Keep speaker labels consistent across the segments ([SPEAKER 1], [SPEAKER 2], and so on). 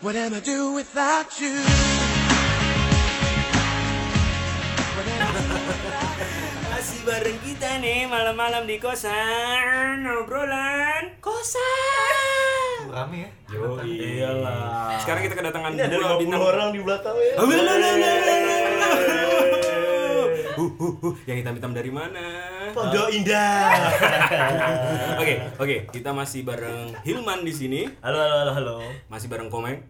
[SPEAKER 1] can I do without you?
[SPEAKER 2] Masih bareng kita nih malam-malam di kosan obrolan kosan.
[SPEAKER 3] Rame ya?
[SPEAKER 2] Oh iyalah. Sekarang kita kedatangan
[SPEAKER 3] Ini ada 50 orang di belakang ya.
[SPEAKER 2] Huh, huh, huh. Yang hitam-hitam dari mana?
[SPEAKER 3] Pondok Indah.
[SPEAKER 2] Oke, oke, kita masih bareng Hilman di sini,
[SPEAKER 3] halo halo halo halo.
[SPEAKER 2] masih bareng Komeng.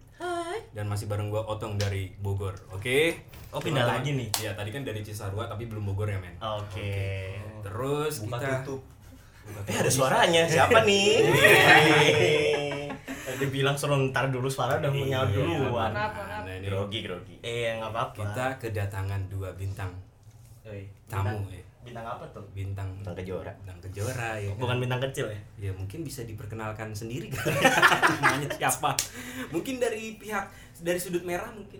[SPEAKER 2] Dan masih bareng gua Otong dari Bogor. Oke.
[SPEAKER 3] Oh, pindah lagi
[SPEAKER 2] Teman-teman.
[SPEAKER 3] nih?
[SPEAKER 2] Iya, tadi kan dari Cisarua tapi belum Bogor ya, men.
[SPEAKER 3] Oke.
[SPEAKER 2] Oh. Terus kita
[SPEAKER 3] Eh ada suaranya. Siapa nih? Tadi Iya. bilang suruh ntar dulu suara udah mau nyaut duluan.
[SPEAKER 2] Iya. Nah, ini
[SPEAKER 3] Grogi grogi. Eh nggak apa-apa.
[SPEAKER 2] kita kedatangan dua bintang
[SPEAKER 3] Oi,
[SPEAKER 2] tamu
[SPEAKER 3] bintang-
[SPEAKER 2] ya.
[SPEAKER 3] Bintang apa tuh?
[SPEAKER 2] Bintang
[SPEAKER 4] Bintang kejora.
[SPEAKER 2] bintang kejora ya. kan?
[SPEAKER 3] Bukan bintang kecil ya?
[SPEAKER 2] Ya mungkin bisa diperkenalkan sendiri kan. Namanya siapa? Mungkin dari pihak dari sudut merah mungkin.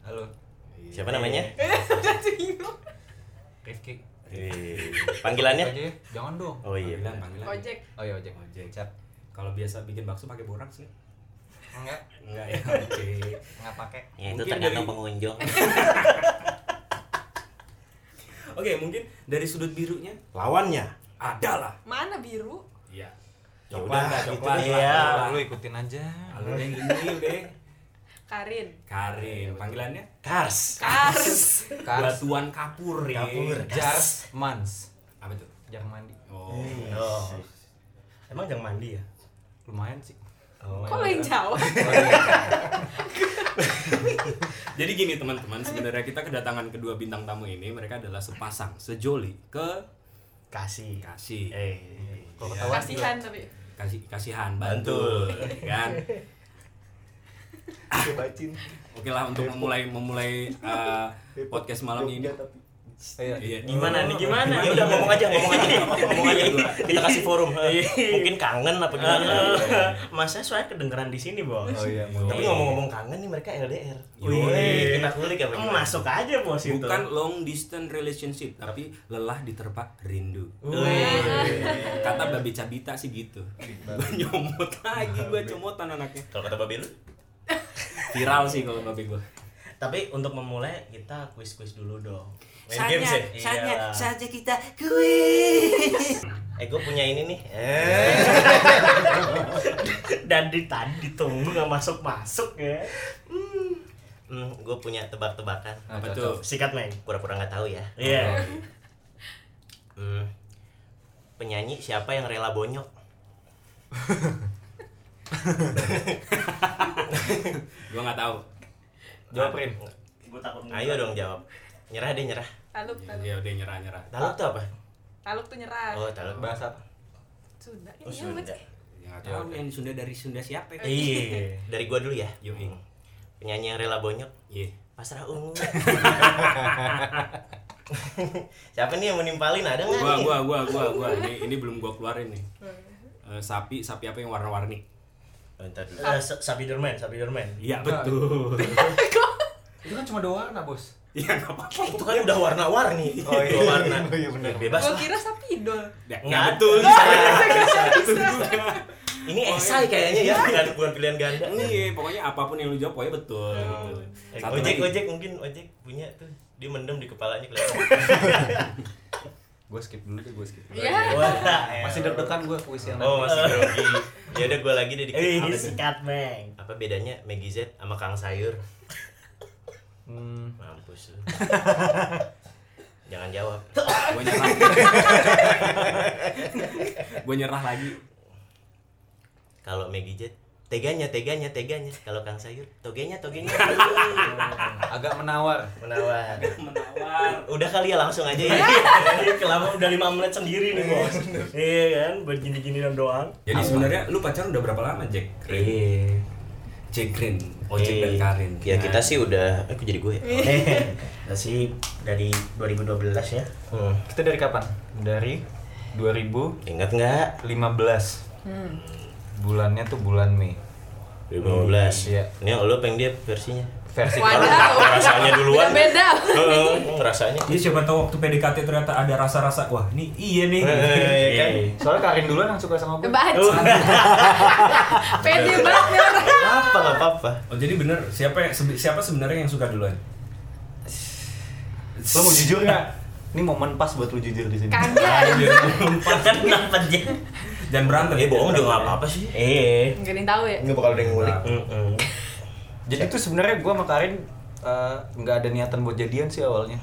[SPEAKER 5] Halo,
[SPEAKER 4] Siapa namanya?
[SPEAKER 3] Iya.
[SPEAKER 5] Rifki.
[SPEAKER 4] Eh,
[SPEAKER 5] Aja
[SPEAKER 4] Panggilannya?
[SPEAKER 5] ya, jangan dong.
[SPEAKER 4] Oh iya.
[SPEAKER 2] Panggilan,
[SPEAKER 4] benar.
[SPEAKER 2] panggilan.
[SPEAKER 6] Ojek.
[SPEAKER 5] Oh iya ojek.
[SPEAKER 2] Ojek. Kalau biasa bikin bakso pakai borak sih.
[SPEAKER 5] Enggak,
[SPEAKER 2] Enggak ya. Oke.
[SPEAKER 5] enggak pakai.
[SPEAKER 4] Ya itu
[SPEAKER 2] Mungkin
[SPEAKER 4] tergantung
[SPEAKER 2] dari-
[SPEAKER 4] pengunjung.
[SPEAKER 2] Oke, mungkin dari sudut birunya
[SPEAKER 3] Lawannya.
[SPEAKER 2] adalah.
[SPEAKER 6] Mana biru?
[SPEAKER 2] Iya.
[SPEAKER 3] Ya udah
[SPEAKER 4] Coba,
[SPEAKER 2] coba,
[SPEAKER 3] gitu
[SPEAKER 2] coba.
[SPEAKER 3] deh.
[SPEAKER 2] Iya.
[SPEAKER 5] Lu ikutin aja.
[SPEAKER 2] Lalu yang ini deh.
[SPEAKER 6] Karin.
[SPEAKER 2] Karin, panggilannya
[SPEAKER 3] Kars.
[SPEAKER 6] Kars.
[SPEAKER 5] Kars,
[SPEAKER 2] Batuan Kapur. ya.
[SPEAKER 3] Kapur.
[SPEAKER 5] jars, mans.
[SPEAKER 2] Apa tuh?
[SPEAKER 5] Jar mandi.
[SPEAKER 2] Oh.
[SPEAKER 4] Iya.
[SPEAKER 3] Oh. Emang jangan mandi ya?
[SPEAKER 5] Lumayan sih.
[SPEAKER 3] Oh.
[SPEAKER 6] Kok lo yang jawab?
[SPEAKER 2] Jadi gini teman-teman, sebenarnya kita kedatangan kedua bintang tamu ini mereka adalah sepasang sejoli ke
[SPEAKER 3] Kasih.
[SPEAKER 2] kasih
[SPEAKER 3] Eh.
[SPEAKER 5] Kalau
[SPEAKER 2] Iya.
[SPEAKER 5] ketahuan
[SPEAKER 6] Kasihan tapi.
[SPEAKER 2] kasih kasihan bantul ya kan
[SPEAKER 3] Bacin.
[SPEAKER 2] oke lah untuk memulai memulai eh, podcast malam ini
[SPEAKER 5] Iya.
[SPEAKER 2] Iya.
[SPEAKER 3] Gimana nih gimana?
[SPEAKER 4] Ya
[SPEAKER 3] nih?
[SPEAKER 4] udah ngomong aja, ngomong aja. ngomong aja. Kita kasih forum.
[SPEAKER 3] Iya.
[SPEAKER 4] Mungkin kangen apa gimana.
[SPEAKER 3] Masnya soalnya kedengeran di sini, Bos.
[SPEAKER 5] Oh iya, mau.
[SPEAKER 4] Tapi ngomong-ngomong kangen nih mereka LDR.
[SPEAKER 2] Yoi.
[SPEAKER 4] Wih, kita kulik ya, apa
[SPEAKER 3] Em,
[SPEAKER 4] gimana?
[SPEAKER 3] Masuk aja, Bos itu.
[SPEAKER 2] bukan long distance relationship tapi lelah diterpa rindu kata babi cabita sih gitu gue nyomot lagi gue comotan anaknya
[SPEAKER 4] Kalau kata Babil,
[SPEAKER 2] viral sih kalau babi gue
[SPEAKER 3] Tapi untuk memulai kita kuis-kuis dulu dong. Iya.
[SPEAKER 4] saatnya kita kuis. Eh, gue punya ini nih. Eh,
[SPEAKER 3] Dan di tadi tunggu nggak masuk-masuk ya.
[SPEAKER 4] hmm, gue punya tebak-tebakan.
[SPEAKER 5] Nah,
[SPEAKER 2] apa
[SPEAKER 5] cocok.
[SPEAKER 2] tuh
[SPEAKER 3] Sikat, Neng.
[SPEAKER 4] Pura-pura nggak tahu ya.
[SPEAKER 3] Iya.
[SPEAKER 4] Hmm. Penyanyi siapa yang rela bonyok?
[SPEAKER 2] gue nggak tahu
[SPEAKER 5] Jawab Rin.
[SPEAKER 3] Gue takut
[SPEAKER 4] Ayo dong jawab. Nyerah deh nyerah.
[SPEAKER 6] Taluk, taluk.
[SPEAKER 2] ya udah nyerah nyerah
[SPEAKER 4] Taluk tuh apa?
[SPEAKER 6] Taluk tuh nyerah.
[SPEAKER 4] Oh, taluk.
[SPEAKER 5] Bahasa apa?
[SPEAKER 6] Sunda. Iya,
[SPEAKER 4] Oh,
[SPEAKER 6] Ini apa
[SPEAKER 4] Sunda.
[SPEAKER 6] sih?
[SPEAKER 2] Ya nggak tahu yang Sunda dari Sunda siapa ya?
[SPEAKER 3] Iya.
[SPEAKER 4] Dari gua dulu ya.
[SPEAKER 2] Yoi.
[SPEAKER 4] Hmm. Penyanyi yang rela bonyok
[SPEAKER 2] Iya.
[SPEAKER 4] pasrah ungu. Siapa nih yang menimpalin ada nggak
[SPEAKER 2] Gua
[SPEAKER 4] nih?
[SPEAKER 2] gua gua gua gua ini ini belum gua keluarin nih. Eh, sapi sapi apa yang warna-warni?
[SPEAKER 4] Oh, ntar dulu.
[SPEAKER 3] Eh, sa- Sapi Derman, Sapi Derman.
[SPEAKER 2] Iya betul.
[SPEAKER 5] Itu kan cuma dua warna, Bos.
[SPEAKER 2] Iya nggak apa-apa.
[SPEAKER 4] Itu kan udah warna-warni. Oh, iya. warna. Bebas
[SPEAKER 6] Gue
[SPEAKER 4] lah.
[SPEAKER 6] kira sapi idol.
[SPEAKER 2] Ya,
[SPEAKER 4] Nggak
[SPEAKER 2] ya betul.
[SPEAKER 4] bisa.
[SPEAKER 2] Itu juga.
[SPEAKER 4] Ini esai kayaknya ya, bukan, bukan pilihan ganda.
[SPEAKER 2] Iya, pokoknya apapun yang lu jawab pokoknya betul gitu.
[SPEAKER 4] Eh,
[SPEAKER 2] Satu
[SPEAKER 4] ojek
[SPEAKER 2] lagi.
[SPEAKER 4] ojek mungkin ojek punya tuh dia mendem di kepalanya kelihatan.
[SPEAKER 5] Gua skip dulu deh, gua skip.
[SPEAKER 6] Iya.
[SPEAKER 3] Wah,
[SPEAKER 5] Masih deg-degan gua kuis yang
[SPEAKER 4] Oh masih grogi. Ya udah gue lagi deh dikit.
[SPEAKER 3] Eh,
[SPEAKER 4] Apa tuh?
[SPEAKER 3] sikat, Meng.
[SPEAKER 4] apa bedanya Maggie Z sama Kang Sayur?
[SPEAKER 5] Hmm.
[SPEAKER 4] Mampus lu. Jangan jawab.
[SPEAKER 2] Gua nyerah. Gua nyerah lagi.
[SPEAKER 4] Kalau Maggie Z teganya teganya teganya. Kalau Kang Sayur togenya togenya.
[SPEAKER 5] Agak menawar.
[SPEAKER 4] Menawar.
[SPEAKER 2] Menawar.
[SPEAKER 4] Udah kali ya langsung aja ya.
[SPEAKER 3] Kelama udah 5 menit sendiri nih, Bos. Iya kan, buat gini-gini doang.
[SPEAKER 2] Jadi sebenarnya lu pacaran udah berapa lama, Jack? Green.
[SPEAKER 4] Iya.
[SPEAKER 2] Jack Green, Ojek dan Karin.
[SPEAKER 4] Oh,
[SPEAKER 2] Iya.
[SPEAKER 4] Ya kita sih udah, aku jadi gue. ya?
[SPEAKER 3] Eh, sih dari 2012 ya.
[SPEAKER 4] Hmm.
[SPEAKER 5] Kita dari kapan? Dari 2015.
[SPEAKER 4] Ingat nggak?
[SPEAKER 5] Hmm. Bulannya tuh bulan Mei.
[SPEAKER 4] 2015.
[SPEAKER 5] Iya.
[SPEAKER 6] Iya.
[SPEAKER 4] Ini lo pengen dia versinya.
[SPEAKER 5] versi
[SPEAKER 6] Wadah. Wow.
[SPEAKER 4] rasanya duluan
[SPEAKER 6] Beda-beda.
[SPEAKER 4] Heeh, ngerasanya
[SPEAKER 2] Jadi Iya, siapa tahu waktu PDKT ternyata ada rasa-rasa wah ini iya nih.
[SPEAKER 4] Eh, iya kan?
[SPEAKER 5] Soalnya Karin duluan yang suka sama
[SPEAKER 4] Oh.
[SPEAKER 5] gue.
[SPEAKER 6] Baca. Pede banget nih orang.
[SPEAKER 4] apa nggak apa-apa
[SPEAKER 2] Oh jadi bener siapa yang- sebe- siapa sebenarnya yang suka duluan?
[SPEAKER 5] Lo mau jujur nggak? Ini momen pas buat lu jujur di sini.
[SPEAKER 4] Nah, iya,
[SPEAKER 6] Kagak.
[SPEAKER 7] Kan kenapa dia?
[SPEAKER 2] Dan berantem.
[SPEAKER 4] eh
[SPEAKER 2] Jangan
[SPEAKER 4] bohong juga nggak
[SPEAKER 2] berantem.
[SPEAKER 4] apa-apa sih
[SPEAKER 7] Eh.
[SPEAKER 6] Enggak ada yang tahu ya.
[SPEAKER 4] nggak bakal ada yang ngulik
[SPEAKER 7] Mm-mm.
[SPEAKER 5] Jadi tuh sebenarnya gue sama Karin eh, nggak ada niatan buat jadian sih awalnya.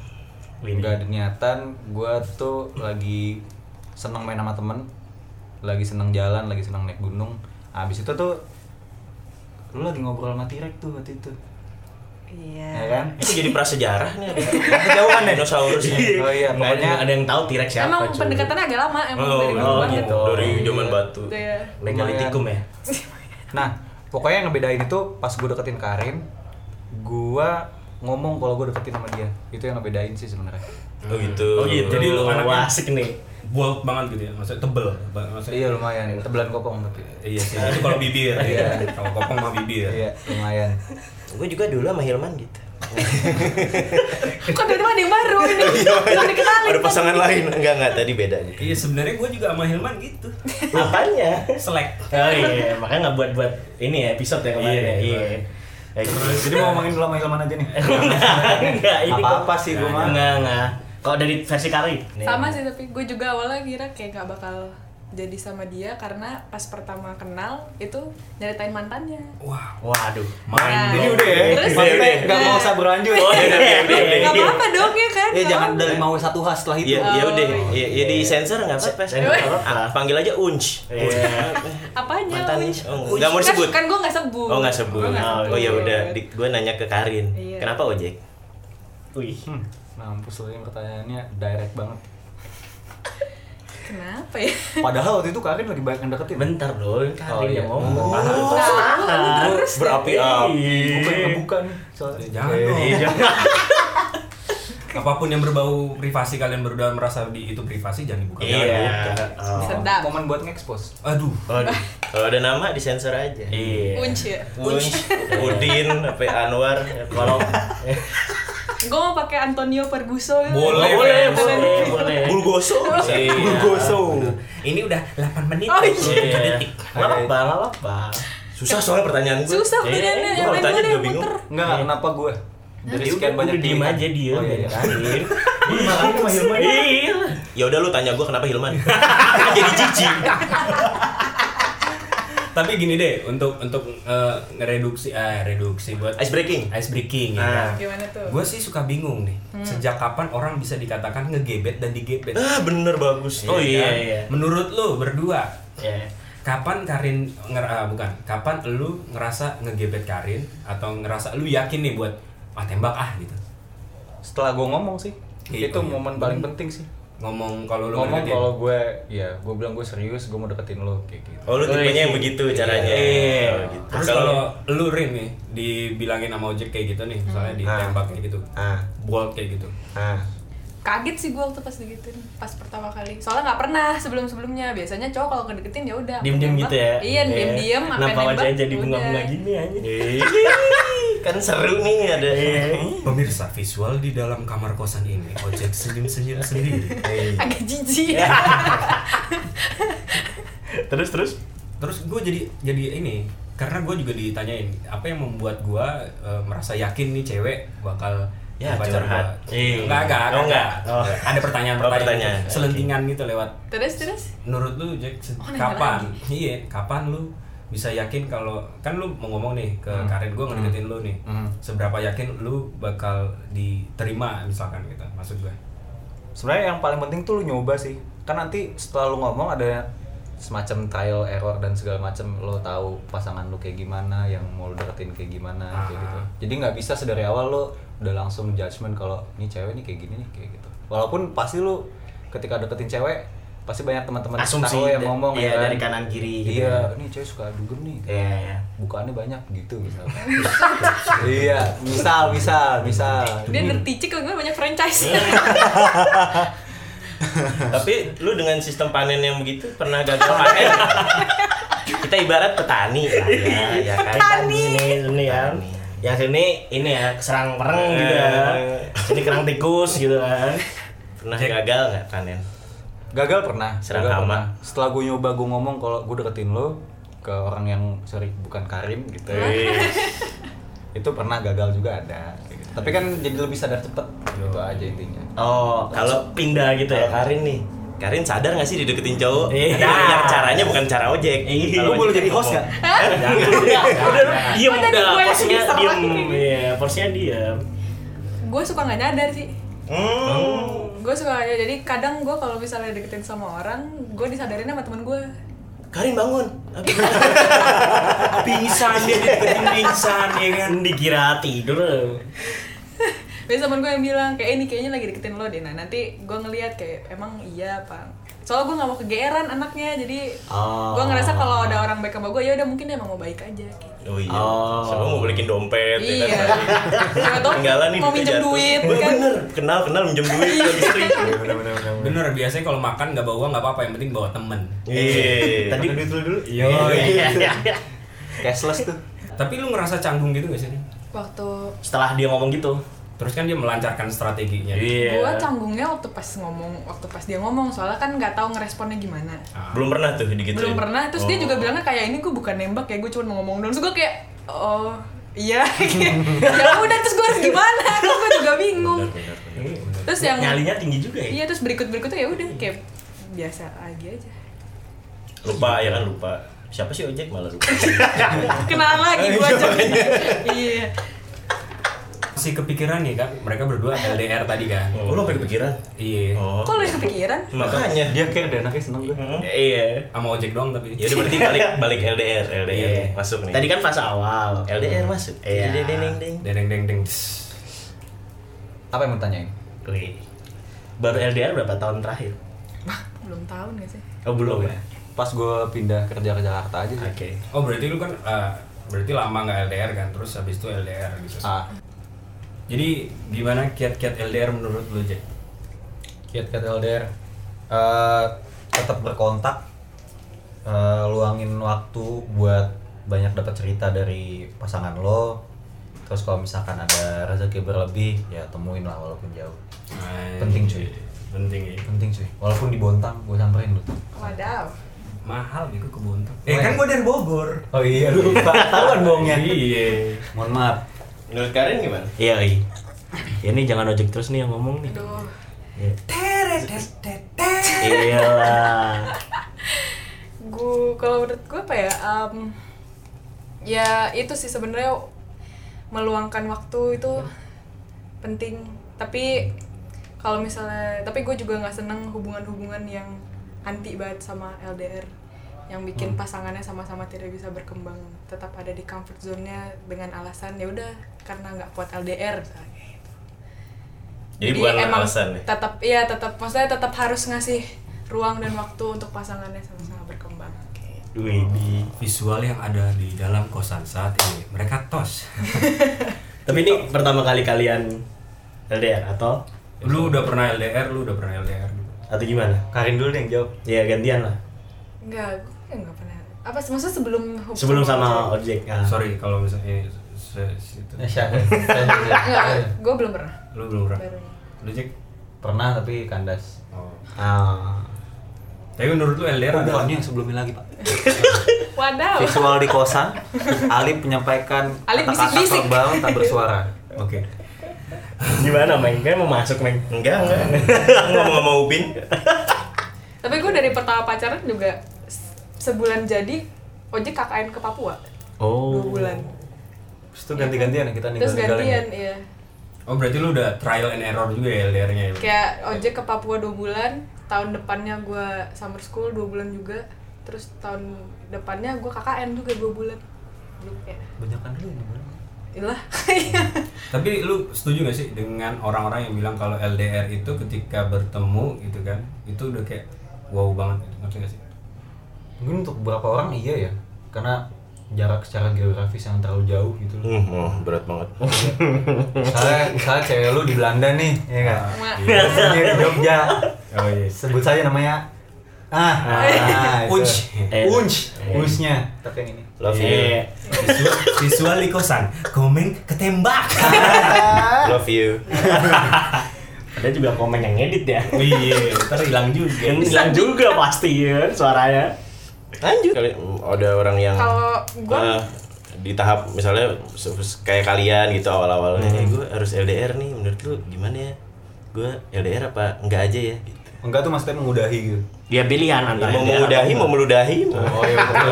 [SPEAKER 7] Wih.
[SPEAKER 5] Nggak ada niatan. Gue tuh lagi seneng main sama temen, lagi seneng jalan, lagi seneng naik gunung. Abis itu tuh lu lagi ngobrol sama Tirek tuh waktu itu,
[SPEAKER 6] Iya.
[SPEAKER 5] ya kan?
[SPEAKER 4] itu jadi prasejarah nih ada
[SPEAKER 5] Kejauhan ya?
[SPEAKER 4] dinosaurusnya
[SPEAKER 5] Oh iya,
[SPEAKER 7] Nggak ada-
[SPEAKER 5] pokoknya
[SPEAKER 7] ada yang tahu T-Rex siapa
[SPEAKER 6] Emang
[SPEAKER 7] cuy.
[SPEAKER 6] pendekatannya agak lama
[SPEAKER 7] Oh,
[SPEAKER 6] emang dari dulu
[SPEAKER 7] oh,
[SPEAKER 6] banget.
[SPEAKER 7] gitu.
[SPEAKER 4] dari zaman batu
[SPEAKER 6] Gitu ya.
[SPEAKER 7] Megalitikum ya.
[SPEAKER 5] Nah, pokoknya yang ngebedain itu pas gue deketin Karin, gue ngomong kalau gue deketin sama dia. Itu yang ngebedain sih sebenarnya.
[SPEAKER 4] oh gitu
[SPEAKER 2] Oh gitu. Jadi lu anaknya-
[SPEAKER 7] Wah, asik nih.
[SPEAKER 2] Bold banget gitu ya. Maksudnya tebel. Ba- Maksudnya
[SPEAKER 5] Iya lumayan, tebelan kopong tapi.
[SPEAKER 2] Iya sih. Itu kalau bibir. Iya. Kalau kopong mah bibir.
[SPEAKER 5] Iya, lumayan.
[SPEAKER 4] gue juga dulu sama Hilman gitu
[SPEAKER 6] Kok tiba-tiba ada yang baru ini? Belum dikenalin.
[SPEAKER 4] Iya, ada pasangan lain enggak enggak tadi beda gitu
[SPEAKER 2] Iya sebenarnya gue juga sama Hilman gitu.
[SPEAKER 7] Apanya?
[SPEAKER 2] Selek.
[SPEAKER 7] Oh iya, makanya nggak buat buat ini ya episode ya kemarin
[SPEAKER 2] Iya,
[SPEAKER 7] ya. Iya. Ya, gitu.
[SPEAKER 5] Jadi mau ngomongin dulu sama Hilman aja nih.
[SPEAKER 7] Iya. Enggak, ini kok-
[SPEAKER 5] Apa-apa sih gua mah.
[SPEAKER 7] Enggak, enggak. Kalau dari versi Kari? nih.
[SPEAKER 6] Sama sih tapi gue juga awalnya kira kayak gak bakal jadi sama dia karena pas pertama kenal itu nyeritain mantannya.
[SPEAKER 2] Wah.
[SPEAKER 7] Waduh.
[SPEAKER 6] Nah,
[SPEAKER 2] Main.
[SPEAKER 5] Jadi udah ya,
[SPEAKER 6] Terus?
[SPEAKER 5] maksudnya
[SPEAKER 6] Iya,
[SPEAKER 5] nggak
[SPEAKER 6] iya.
[SPEAKER 5] mau usah berlanjut.
[SPEAKER 7] Oh, iya, iya, iya, iya.
[SPEAKER 6] Gak apa-apa dong ya kan?
[SPEAKER 5] Ya
[SPEAKER 6] Nggak
[SPEAKER 5] jangan
[SPEAKER 6] apa-apa.
[SPEAKER 5] dari mau satu khas setelah itu.
[SPEAKER 4] Iya, ya
[SPEAKER 6] Oh.
[SPEAKER 4] udah, ya, ya di sensor nggak apa-apa.
[SPEAKER 7] Sensor nggak apa-apa.
[SPEAKER 4] Ah, panggil aja Unch.
[SPEAKER 7] Iya.
[SPEAKER 6] Apanya?
[SPEAKER 4] Mantannya.
[SPEAKER 6] Wih?
[SPEAKER 4] Oh, nggak mau
[SPEAKER 6] Kan-
[SPEAKER 4] disebut.
[SPEAKER 6] Kan gue gak sebut.
[SPEAKER 4] Oh nggak sebut.
[SPEAKER 6] Gua
[SPEAKER 7] iya.
[SPEAKER 6] nggak
[SPEAKER 4] Oh,
[SPEAKER 6] sebut.
[SPEAKER 4] ya udah, Di- gua nanya ke Karin.
[SPEAKER 6] Iya.
[SPEAKER 4] Kenapa ojek?
[SPEAKER 7] Wih.
[SPEAKER 5] Hmm, Mampus lu yang pertanyaannya direct banget.
[SPEAKER 6] Kenapa ya?
[SPEAKER 5] Padahal waktu itu Karin lagi banyak yang deketin.
[SPEAKER 7] Bentar dong,
[SPEAKER 5] Oh,
[SPEAKER 7] Karin
[SPEAKER 5] iya.
[SPEAKER 7] yang ngomong.
[SPEAKER 5] Oh.
[SPEAKER 6] Nah, lu terus deh.
[SPEAKER 4] Berapi-api.
[SPEAKER 5] Gue pengen
[SPEAKER 7] Iya.
[SPEAKER 5] ngebuka nih. Soalnya.
[SPEAKER 2] Jangan
[SPEAKER 5] Eh,
[SPEAKER 2] dong.
[SPEAKER 5] iya.
[SPEAKER 2] Apapun yang berbau privasi kalian berdua merasa di itu privasi jangan dibuka.
[SPEAKER 7] Iya. Oh.
[SPEAKER 6] Sedap.
[SPEAKER 5] Momen buat ngekspos.
[SPEAKER 2] Aduh.
[SPEAKER 4] Waduh. Kalau ada nama disensor aja.
[SPEAKER 7] Iya.
[SPEAKER 6] Kunci ya?
[SPEAKER 4] Unch, Udin, apa ya, Anwar, kalau
[SPEAKER 6] Gue mau pakai Antonio Perguso gitu.
[SPEAKER 2] Boleh,
[SPEAKER 7] Boleh,
[SPEAKER 2] Fans.
[SPEAKER 7] boleh, boleh.
[SPEAKER 4] Bulgoso.
[SPEAKER 2] Iya.
[SPEAKER 5] Bulgoso.
[SPEAKER 2] Ini udah 8 menit.
[SPEAKER 6] Oh, iya.
[SPEAKER 2] Satu detik.
[SPEAKER 7] Nggak apa-apa, nggak apa-apa.
[SPEAKER 4] Susah soalnya pertanyaan gue. Iya,
[SPEAKER 6] Susah
[SPEAKER 4] gua
[SPEAKER 6] pertanyaannya, yang
[SPEAKER 4] kalau
[SPEAKER 6] lain
[SPEAKER 4] tanya
[SPEAKER 6] gue
[SPEAKER 4] juga
[SPEAKER 6] yang
[SPEAKER 4] bingung.
[SPEAKER 6] muter
[SPEAKER 5] Enggak, kenapa gue? Dari
[SPEAKER 7] Jadi
[SPEAKER 5] sekian banyak
[SPEAKER 7] Ya Iya. udah diem
[SPEAKER 5] pilihan.
[SPEAKER 7] aja dia.
[SPEAKER 5] Oh, iya, iya.
[SPEAKER 7] Karin.
[SPEAKER 5] Makanya sama Hilman.
[SPEAKER 7] Iya.
[SPEAKER 4] Ya udah lu tanya gue kenapa Hilman. Jadi jijik.
[SPEAKER 2] Tapi gini deh, untuk untuk eh, ngereduksi eh reduksi buat
[SPEAKER 4] Ice breaking.
[SPEAKER 2] ice breaking ya.
[SPEAKER 7] Nah,
[SPEAKER 6] Gimana tuh?
[SPEAKER 2] Gue sih suka bingung nih,
[SPEAKER 6] Hmm.
[SPEAKER 2] sejak kapan orang bisa dikatakan ngegebet dan digebet?
[SPEAKER 4] Ah, bener bagus.
[SPEAKER 7] Oh, iya,
[SPEAKER 2] kan?
[SPEAKER 7] iya.
[SPEAKER 2] Menurut lu berdua,
[SPEAKER 7] iya.
[SPEAKER 2] kapan Karin nger ah, bukan? Kapan lu ngerasa ngegebet Karin atau ngerasa lu yakin nih buat ah tembak ah gitu?
[SPEAKER 5] Setelah gue ngomong sih,
[SPEAKER 2] Iya,
[SPEAKER 5] itu
[SPEAKER 2] iya.
[SPEAKER 5] momen paling penting sih.
[SPEAKER 2] Ngomong kalau lu
[SPEAKER 5] ngomong
[SPEAKER 2] ngedeketin.
[SPEAKER 5] kalau gue, ya gue bilang gue serius, gue mau deketin lo kayak gitu.
[SPEAKER 4] Oh lu
[SPEAKER 7] Oh, iya.
[SPEAKER 4] tipenya yang begitu caranya.
[SPEAKER 7] Iya.
[SPEAKER 4] Oh, gitu.
[SPEAKER 2] Terus kalau lu Rin nih dibilangin sama ojek kayak gitu nih, misalnya
[SPEAKER 4] Hmm.
[SPEAKER 2] ditembak kayak gitu,
[SPEAKER 4] ah
[SPEAKER 2] bold kayak gitu.
[SPEAKER 4] ah
[SPEAKER 6] Kaget sih gue waktu pas digituin, pas pertama kali. Soalnya nggak pernah sebelum-sebelumnya. Biasanya cowok kalau ngedeketin ya udah.
[SPEAKER 7] Diem-diem
[SPEAKER 6] nembak.
[SPEAKER 7] gitu ya.
[SPEAKER 6] Iya, diem-diem. apa
[SPEAKER 7] Kenapa
[SPEAKER 6] nembak, ya
[SPEAKER 7] wajahnya jadi
[SPEAKER 6] udah.
[SPEAKER 7] bunga-bunga gini aja?
[SPEAKER 4] kan seru nih ada
[SPEAKER 2] Pemirsa visual di dalam kamar kosan ini, ojek senyum-senyum sendiri.
[SPEAKER 6] Agak jijik.
[SPEAKER 7] Terus terus.
[SPEAKER 2] Terus gue jadi jadi ini karena gue juga ditanyain apa yang membuat gue eh, merasa yakin nih cewek bakal
[SPEAKER 4] Ya,
[SPEAKER 2] jadi gua.
[SPEAKER 4] curhat. Iya.
[SPEAKER 2] Enggak, enggak,
[SPEAKER 4] Oh, enggak. Oh.
[SPEAKER 2] Ada pertanyaan-pertanyaan
[SPEAKER 4] Oh, pertanyaan.
[SPEAKER 2] gitu, selentingan gitu lewat.
[SPEAKER 6] Terus, terus?
[SPEAKER 2] Menurut lu Jack, se-
[SPEAKER 6] Oh, nanya
[SPEAKER 2] kapan?
[SPEAKER 6] lagi.
[SPEAKER 2] Iya, kapan lu bisa yakin kalau kan lu mau ngomong nih ke Karin gue ngedeketin lu nih.
[SPEAKER 5] Hmm.
[SPEAKER 2] Seberapa yakin lu bakal diterima misalkan gitu maksud gue.
[SPEAKER 5] Sebenarnya yang paling penting tuh lu nyoba sih. Kan nanti setelah lu ngomong ada semacam trial error dan segala macam lo tahu pasangan lu kayak gimana, yang mau lu deketin kayak gimana kayak
[SPEAKER 2] Ah.
[SPEAKER 5] gitu. Jadi nggak bisa dari awal lo udah langsung judgement kalau ini cewek nih kayak gini nih kayak gitu. Walaupun pasti lu ketika deketin cewek pasti banyak teman-teman
[SPEAKER 7] Asumsi
[SPEAKER 4] oh,
[SPEAKER 5] tahu yang
[SPEAKER 7] da-
[SPEAKER 5] ngomong
[SPEAKER 7] iya,
[SPEAKER 5] ya kan?
[SPEAKER 7] dari kanan kiri gitu
[SPEAKER 5] Iya,
[SPEAKER 7] kan.
[SPEAKER 5] ini cewek suka dugem nih.
[SPEAKER 7] Iya, iya.
[SPEAKER 5] Bukaannya banyak gitu misalnya. iya, misal, misal, misal.
[SPEAKER 6] Dia dirty chick, gue banyak franchise.
[SPEAKER 7] Iya.
[SPEAKER 4] tapi lu dengan sistem panen yang begitu pernah gagal panen kita ibarat petani lah ya, ya kan?
[SPEAKER 6] Petani.
[SPEAKER 4] Petani, ini kan
[SPEAKER 3] yang sini ini ya serang pereng gitu ya sini kerang tikus gitu kan
[SPEAKER 8] Pernah gagal nggak panen?
[SPEAKER 5] Gagal pernah.
[SPEAKER 8] Serang
[SPEAKER 5] gagal
[SPEAKER 8] hama.
[SPEAKER 5] pernah. Setelah gue nyoba gue ngomong kalau gue deketin lo ke orang yang sorry bukan Karim gitu. itu pernah gagal juga ada. kayak gitu. Tapi kan jadi lebih sadar cepet gitu aja intinya.
[SPEAKER 8] Oh, kalau
[SPEAKER 3] kalau pindah gitu ya
[SPEAKER 8] Kalau Karin nih, Karin sadar gak sih dideketin cowok?
[SPEAKER 3] Iya.
[SPEAKER 8] Ada Yang caranya bukan cara ojek.
[SPEAKER 3] Iya.
[SPEAKER 8] Kalau
[SPEAKER 3] Lu
[SPEAKER 8] ojek
[SPEAKER 5] boleh
[SPEAKER 8] kan
[SPEAKER 5] jadi host
[SPEAKER 8] ngomong.
[SPEAKER 5] nggak?
[SPEAKER 3] udah lu diem
[SPEAKER 6] Oh, jadi
[SPEAKER 3] udah
[SPEAKER 6] gue yang
[SPEAKER 3] porsinya
[SPEAKER 6] diserang
[SPEAKER 3] diem
[SPEAKER 6] ini.
[SPEAKER 3] iya porsinya diem
[SPEAKER 6] gue suka nggak nyadar sih
[SPEAKER 8] Hmm.
[SPEAKER 6] gue suka nggak nyadar. jadi kadang gue kalau misalnya deketin sama orang gue disadarin sama temen gue
[SPEAKER 8] Karin bangun.
[SPEAKER 2] pingsan dia dideketin pingsan ya kan
[SPEAKER 3] dikira tidur
[SPEAKER 6] biasa temen gue yang bilang kayak "Eh, ini kayaknya lagi deketin lo deh nah nanti gue ngeliat kayak emang iya apa soalnya gue nggak mau kegeeran anaknya jadi
[SPEAKER 8] Oh.
[SPEAKER 6] gue ngerasa kalau ada orang baik sama gue ya udah mungkin dia emang mau baik aja kayak gitu.
[SPEAKER 8] Oh iya.
[SPEAKER 3] Oh.
[SPEAKER 8] Sebelum mau belikin dompet. ya kan?
[SPEAKER 6] iya siapa tau
[SPEAKER 8] Ketinggalan nih
[SPEAKER 6] mau
[SPEAKER 8] duitnya
[SPEAKER 6] minjem
[SPEAKER 8] jatuh.
[SPEAKER 6] duit
[SPEAKER 8] Bener,
[SPEAKER 6] kan Iya.
[SPEAKER 8] Bener, kenal kenal minjem duit ke istri.
[SPEAKER 2] bener biasanya kalau makan nggak bawa nggak apa-apa yang penting bawa temen
[SPEAKER 8] Iya.
[SPEAKER 3] tadi duit lu dulu
[SPEAKER 2] iya
[SPEAKER 5] Cashless tuh.
[SPEAKER 2] tapi lu ngerasa canggung gitu gak sih Rin?
[SPEAKER 6] waktu
[SPEAKER 3] setelah dia ngomong gitu
[SPEAKER 2] terus kan dia melancarkan
[SPEAKER 8] Iya.
[SPEAKER 2] strateginya
[SPEAKER 6] gue canggungnya waktu pas ngomong waktu pas dia ngomong soalnya kan nggak tahu ngeresponnya gimana
[SPEAKER 8] Belum pernah tuh
[SPEAKER 4] Gitu.
[SPEAKER 8] digituin.
[SPEAKER 6] belum pernah Oh, terus dia
[SPEAKER 4] Oh.
[SPEAKER 6] juga bilangnya kayak ini gue bukan nembak ya gue cuma mau ngomong doang terus gue kayak oh iya ya udah terus gue harus gimana terus gue juga bingung
[SPEAKER 8] Iya,
[SPEAKER 6] terus yang
[SPEAKER 3] nyalinya tinggi juga ya
[SPEAKER 6] iya terus berikut berikutnya ya udah kayak biasa lagi aja
[SPEAKER 8] Lupa ya kan lupa. Siapa sih ojek malah lupa.
[SPEAKER 6] kenalan lagi gue aja iya
[SPEAKER 2] masih kepikiran nih kan mereka berdua LDR tadi kan
[SPEAKER 8] Oh, lu sampai kepikiran?
[SPEAKER 2] iya
[SPEAKER 8] Oh.
[SPEAKER 6] kok lo yang kepikiran
[SPEAKER 8] Makanya.
[SPEAKER 5] Dia kayak udah anaknya seneng gue.
[SPEAKER 3] iya
[SPEAKER 2] sama ojek doang tapi
[SPEAKER 8] Ya udah berarti balik balik LDR, LDR
[SPEAKER 2] Iya.
[SPEAKER 8] masuk nih.
[SPEAKER 3] tadi kan fase awal
[SPEAKER 8] LDR masuk.
[SPEAKER 3] Iya.
[SPEAKER 8] Ding, ding, ding, ding.
[SPEAKER 2] deng deng deng
[SPEAKER 5] Apa yang mau tanyain?
[SPEAKER 3] Wih. baru LDR berapa tahun terakhir
[SPEAKER 6] belum tahun gak sih
[SPEAKER 3] oh belum ya
[SPEAKER 5] Pas gue pindah kerja ke Jakarta aja sih.
[SPEAKER 3] oke
[SPEAKER 2] oh berarti lu kan eh, berarti lama nggak LDR kan terus habis itu LDR gitu
[SPEAKER 5] Ah,
[SPEAKER 2] jadi gimana kiat-kiat LDR menurut lu Jack?
[SPEAKER 5] kiat-kiat LDR Eh, tetap berkontak Eh, luangin waktu buat banyak dapat cerita dari pasangan lo terus kalau misalkan ada rezeki berlebih ya temuin lah walaupun jauh Penting, cuy.
[SPEAKER 2] Nah, penting ya
[SPEAKER 5] penting cuy walaupun di Bontang gue samperin lo
[SPEAKER 6] wadaw
[SPEAKER 2] mahal gitu ke Bontang eh kan gua dari Bogor
[SPEAKER 5] oh iya lupa tahuan bohongnya
[SPEAKER 2] iya
[SPEAKER 5] mohon maaf
[SPEAKER 8] Menurut Karin gimana?
[SPEAKER 3] iya iya ini jangan ojek terus nih yang ngomong nih
[SPEAKER 6] aduh
[SPEAKER 3] iya
[SPEAKER 6] gue kalau menurut gue apa ya em, ya itu sih sebenarnya meluangkan waktu itu
[SPEAKER 8] Iya.
[SPEAKER 6] penting tapi kalau misalnya tapi gue juga nggak seneng hubungan-hubungan yang anti banget sama LDR yang bikin
[SPEAKER 8] Hmm.
[SPEAKER 6] pasangannya sama-sama tidak bisa berkembang tetap ada di comfort zone-nya dengan alasan ya udah karena nggak kuat LDR misalnya kayak gitu.
[SPEAKER 8] Jadi, bukan alasan ya.
[SPEAKER 6] tetap iya tetap maksudnya tetap harus ngasih ruang dan waktu untuk pasangannya sama-sama berkembang kayak gitu.
[SPEAKER 3] Wih.
[SPEAKER 2] visual yang ada di dalam kosan saat ini mereka tos
[SPEAKER 3] tapi ini pertama kali kalian LDR atau
[SPEAKER 2] lu udah pernah LDR lu udah pernah LDR
[SPEAKER 3] atau gimana
[SPEAKER 5] Karin dulu deh yang jawab
[SPEAKER 3] ya gantian lah
[SPEAKER 6] Enggak, gue kayak nggak pernah. Apa sih maksudnya sebelum hubungan-
[SPEAKER 3] sebelum sama ojek ah.
[SPEAKER 2] sorry kalau misalnya se- situ.
[SPEAKER 5] Eh,
[SPEAKER 6] Enggak, gue belum pernah.
[SPEAKER 2] lu belum pernah
[SPEAKER 6] Baru.
[SPEAKER 2] lu Jack
[SPEAKER 5] pernah tapi kandas
[SPEAKER 2] oh.
[SPEAKER 3] Ah.
[SPEAKER 2] tapi menurut lu LDR ada
[SPEAKER 5] Pokoknya yang sebelumnya lagi pak
[SPEAKER 6] Wadaw.
[SPEAKER 5] visual di kosan Alif menyampaikan
[SPEAKER 6] Alif
[SPEAKER 5] kata-kata
[SPEAKER 6] bisik-bisik.
[SPEAKER 5] terbang tak bersuara
[SPEAKER 2] oke
[SPEAKER 3] gimana Meng? kan mau masuk Meng
[SPEAKER 8] Enggak, enggak. Ngomong sama Ubin.
[SPEAKER 6] Tapi gue dari pertama pacaran juga se- sebulan jadi ojek KKN ke Papua. Dua
[SPEAKER 3] oh
[SPEAKER 6] bulan.
[SPEAKER 5] terus itu ganti-gantian ya, kita nih
[SPEAKER 6] Terus gantian, iya.
[SPEAKER 2] oh berarti lu udah trial and error juga ya LDR-nya ya?
[SPEAKER 6] Kayak ojek ke Papua dua bulan, tahun depannya gue summer school dua bulan juga. Terus tahun depannya gue KKN juga dua bulan. Jadi kayak, Iya.
[SPEAKER 5] banyak kan dulu
[SPEAKER 6] ilah.
[SPEAKER 3] Iya.
[SPEAKER 2] Tapi lu setuju gak sih dengan orang-orang yang bilang kalau LDR itu ketika bertemu gitu kan, itu udah kayak wow banget, gitu, ngerti gak sih?
[SPEAKER 5] mungkin untuk beberapa orang iya ya karena jarak secara geografis yang terlalu jauh gitu loh
[SPEAKER 3] Iya.
[SPEAKER 8] Hmm, oh, berat banget.
[SPEAKER 5] misalnya, misalnya cewek lu di Belanda nih ya kan
[SPEAKER 3] Ah.
[SPEAKER 6] Ma.
[SPEAKER 5] Dia di Jogja
[SPEAKER 2] Oh iya.
[SPEAKER 5] sebut saja namanya ah, ah,
[SPEAKER 2] Oh
[SPEAKER 5] Unch.
[SPEAKER 3] Eh.
[SPEAKER 5] Unch.
[SPEAKER 3] Eh.
[SPEAKER 5] Unchnya. Tapi yang ini.
[SPEAKER 8] Love you.
[SPEAKER 3] Eh, visual, visual di kosan, komen ketembak.
[SPEAKER 8] Love you.
[SPEAKER 3] Iya. Ada juga komen yang edit ya.
[SPEAKER 2] Iya, ntar hilang juga.
[SPEAKER 3] Yang hilang juga pasti ya suaranya.
[SPEAKER 8] Lanjut. Kali mm, ada orang yang
[SPEAKER 6] Kalau gua-
[SPEAKER 8] eh, di tahap misalnya se- se- kayak kalian gitu awal-awalnya "Eh, gue harus LDR nih menurut lu gimana ya? Gue LDR apa enggak aja ya gitu.
[SPEAKER 5] Enggak tuh maksudnya mengudahi gitu.
[SPEAKER 3] Dia pilihan antara
[SPEAKER 8] mau
[SPEAKER 3] LDR
[SPEAKER 8] meludahi,
[SPEAKER 3] atau
[SPEAKER 8] mau meludahi, mau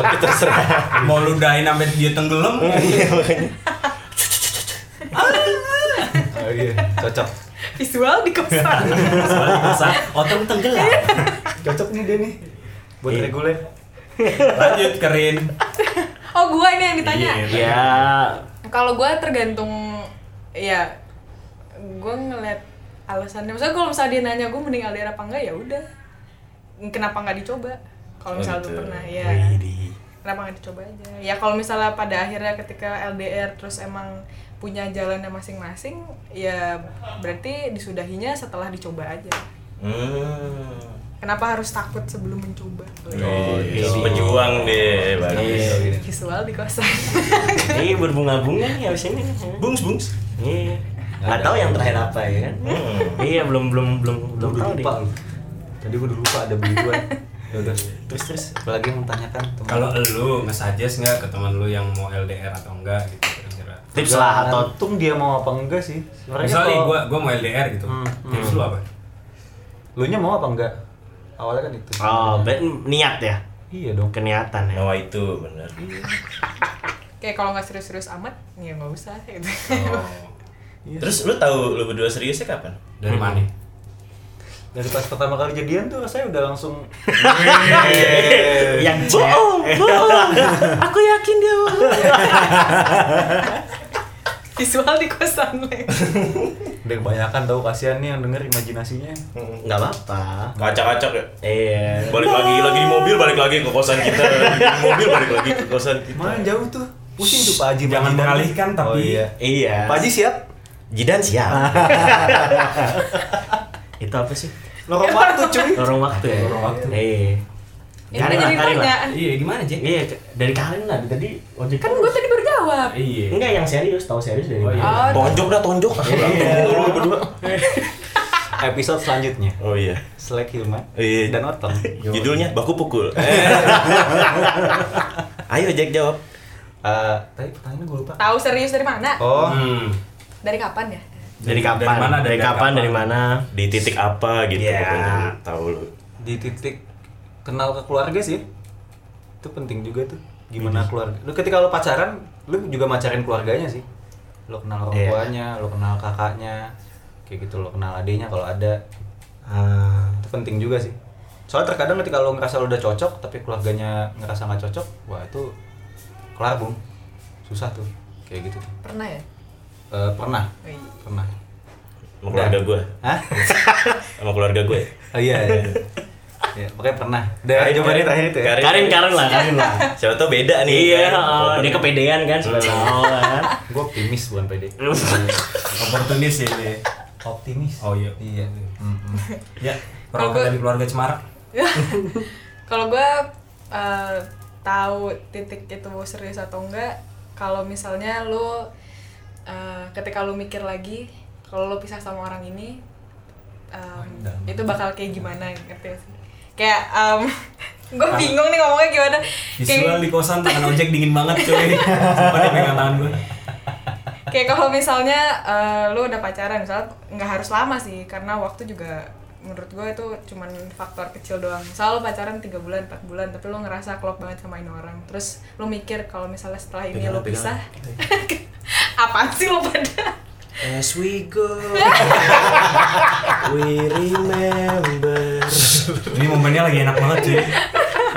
[SPEAKER 8] itu terserah.
[SPEAKER 2] Mau ludahin sampai dia tenggelam.
[SPEAKER 5] Oh iya, cocok.
[SPEAKER 6] visual di kosan
[SPEAKER 2] Soalnya di kosan, otak tenggelam.
[SPEAKER 5] Cocok nih dia nih. Buat
[SPEAKER 3] Iya.
[SPEAKER 5] reguler.
[SPEAKER 2] Lanjut Kerin.
[SPEAKER 6] oh gua ini yang ditanya
[SPEAKER 3] enggak. Ya,
[SPEAKER 6] kalau gua tergantung ya gua ngeliat alasannya maksudnya kalau misalnya dia nanya gua mending LDR apa enggak ya udah kenapa nggak dicoba kalau misalnya belum pernah ya kenapa nggak dicoba aja ya kalau misalnya pada akhirnya ketika LDR terus emang punya jalannya masing-masing ya berarti disudahinya setelah dicoba aja
[SPEAKER 8] Hmm.
[SPEAKER 6] kenapa harus takut sebelum mencoba
[SPEAKER 4] Iya.
[SPEAKER 8] Oh, pejuang deh, bagus.
[SPEAKER 6] Iya. visual di kosan
[SPEAKER 3] ini berbunga-bunga nih abis ini.
[SPEAKER 8] Bungs, bungs. Hmm.
[SPEAKER 3] Iya. Nggak tahu yang terakhir apa ya kan? Iya, belum belum belum belum
[SPEAKER 5] Udah
[SPEAKER 3] tahu deh.
[SPEAKER 5] lupa. Tadi gue udah lupa ada begituan.
[SPEAKER 2] Iya,
[SPEAKER 5] Ya udah.
[SPEAKER 8] Terus terus
[SPEAKER 5] Apalagi yang menanyakan teman.
[SPEAKER 2] Kalau lu nge-suggest nggak ke teman lu yang mau LDR atau enggak gitu kira-kira.
[SPEAKER 3] Tips lah atau
[SPEAKER 5] tung dia mau apa enggak sih? Sebenarnya
[SPEAKER 2] Misalnya
[SPEAKER 5] kalau-
[SPEAKER 2] gue gua mau LDR gitu.
[SPEAKER 5] Hmm,
[SPEAKER 2] Tips lu apa?
[SPEAKER 5] lu nya mau apa enggak? Awalnya kan itu.
[SPEAKER 4] Ah.
[SPEAKER 3] oh, be- niat ya.
[SPEAKER 5] Iya dong.
[SPEAKER 3] Keniatan ya.
[SPEAKER 8] Nawa Oh, itu bener.
[SPEAKER 6] kayak kalau nggak serius-serius amat ya nggak usah gitu
[SPEAKER 2] Oh,
[SPEAKER 3] Iya
[SPEAKER 8] Terus lu tahu lu berdua seriusnya kapan?
[SPEAKER 2] dari mana?
[SPEAKER 5] Dari pas pertama kali jadian tuh saya udah langsung
[SPEAKER 8] iya,
[SPEAKER 3] yang bohong, bohong. Aku yakin dia bohong.
[SPEAKER 6] visual di kosan Leng.
[SPEAKER 5] udah kebanyakan tahu kasihan nih yang denger imajinasinya.
[SPEAKER 8] Enggak apa-apa. Kacak-kacak ya.
[SPEAKER 3] Iya.
[SPEAKER 8] Balik lagi lagi di mobil, balik lagi ke kosan kita. Lagi di mobil balik lagi ke kosan kita.
[SPEAKER 5] Mana jauh tuh? Pusing tuh Pak Haji.
[SPEAKER 2] Jangan
[SPEAKER 5] Majidan.
[SPEAKER 2] mengalihkan, tapi-
[SPEAKER 5] Oh, iya.
[SPEAKER 3] Iya.
[SPEAKER 5] Pak Haji siap?
[SPEAKER 8] Jidan siap.
[SPEAKER 3] Itu apa sih?
[SPEAKER 5] Lorong waktu cuy.
[SPEAKER 3] Lorong waktu ya.
[SPEAKER 2] Lorong waktu.
[SPEAKER 3] Iya.
[SPEAKER 6] ini jadi
[SPEAKER 3] Karin
[SPEAKER 6] tanya
[SPEAKER 3] lah.
[SPEAKER 5] Hmm.
[SPEAKER 2] Iya, gimana, Jek?
[SPEAKER 3] Iya, dari Karin lah. Tadi ojek
[SPEAKER 6] kan gue tadi baru jawab
[SPEAKER 2] Iya.
[SPEAKER 3] Enggak yang serius, tahu serius dari
[SPEAKER 2] Oh,
[SPEAKER 3] mana?
[SPEAKER 2] iya.
[SPEAKER 6] oh
[SPEAKER 8] Tonjok dah, tonjok. Lu berdua.
[SPEAKER 5] Episode selanjutnya.
[SPEAKER 8] Oh iya.
[SPEAKER 5] Selek Hilman
[SPEAKER 8] Iya.
[SPEAKER 5] dan Eh, Otong.
[SPEAKER 8] Judulnya baku pukul. Ayo Jack jawab.
[SPEAKER 5] Eh, tadi pertanyaannya gue lupa.
[SPEAKER 6] tahu serius dari mana
[SPEAKER 5] Oh,
[SPEAKER 2] Hmm.
[SPEAKER 6] dari kapan ya
[SPEAKER 3] Dari kapan?
[SPEAKER 2] Dari mana?
[SPEAKER 3] Dari kapan? Dari mana?
[SPEAKER 8] Di titik apa gitu
[SPEAKER 3] Iya.
[SPEAKER 8] pokoknya lu tahu lu.
[SPEAKER 5] di titik kenal ke keluarga sih. Itu penting juga tuh. Gimana keluarga? Lu ketika lu pacaran, lu juga macarin keluarganya sih. Lu kenal orang
[SPEAKER 3] Iya.
[SPEAKER 5] tuanya, lu kenal kakaknya, kayak gitu lu kenal adiknya kalau ada.
[SPEAKER 3] Ah.
[SPEAKER 5] Itu penting juga sih. Soalnya terkadang ketika lu ngerasa lu udah cocok, tapi keluarganya ngerasa nggak cocok, wah itu kelar bung. Susah tuh, kayak gitu. tuh.
[SPEAKER 6] pernah ya
[SPEAKER 5] Eh, pernah,
[SPEAKER 6] Oh, iya.
[SPEAKER 5] pernah.
[SPEAKER 8] Sama keluarga gue.
[SPEAKER 5] Hah?
[SPEAKER 8] Sama keluarga gue.
[SPEAKER 5] Oh iya, iya. Ya, pokoknya pernah. Udah jawabannya terakhir itu ya.
[SPEAKER 3] Karin, Karin lah, Karin lah.
[SPEAKER 8] Siapa tau beda nih.
[SPEAKER 3] Iya,
[SPEAKER 8] kan?
[SPEAKER 3] oh, dia kepedean kan sebagai awal kan.
[SPEAKER 5] Gue optimis bukan pede.
[SPEAKER 2] Oportunis ya ini.
[SPEAKER 5] Optimis.
[SPEAKER 2] Oh iya.
[SPEAKER 5] Iya.
[SPEAKER 2] Ya, perawatan dari keluarga Cemarak.
[SPEAKER 6] kalau gue tahu titik itu serius atau enggak kalau misalnya lu eh, ketika lu mikir lagi kalau lu pisah sama orang ini em, itu bakal kayak gimana ngerti gak sih kayak gue bingung nih ngomongnya gimana
[SPEAKER 2] Ah. Visual di kosan tangan ojek dingin banget cuy. Sumpah dia pegang tangan gue.
[SPEAKER 6] kayak kalau misalnya eh, lu udah pacaran misalnya nggak harus lama sih karena waktu juga menurut gue itu cuman faktor kecil doang misal lu pacaran 3 bulan 4 bulan tapi lu ngerasa klop banget sama ini orang terus lu mikir kalau misalnya setelah ini lu pisah apaan sih lu pada
[SPEAKER 8] As we go, we remember.
[SPEAKER 2] Ini momennya lagi enak banget cuy.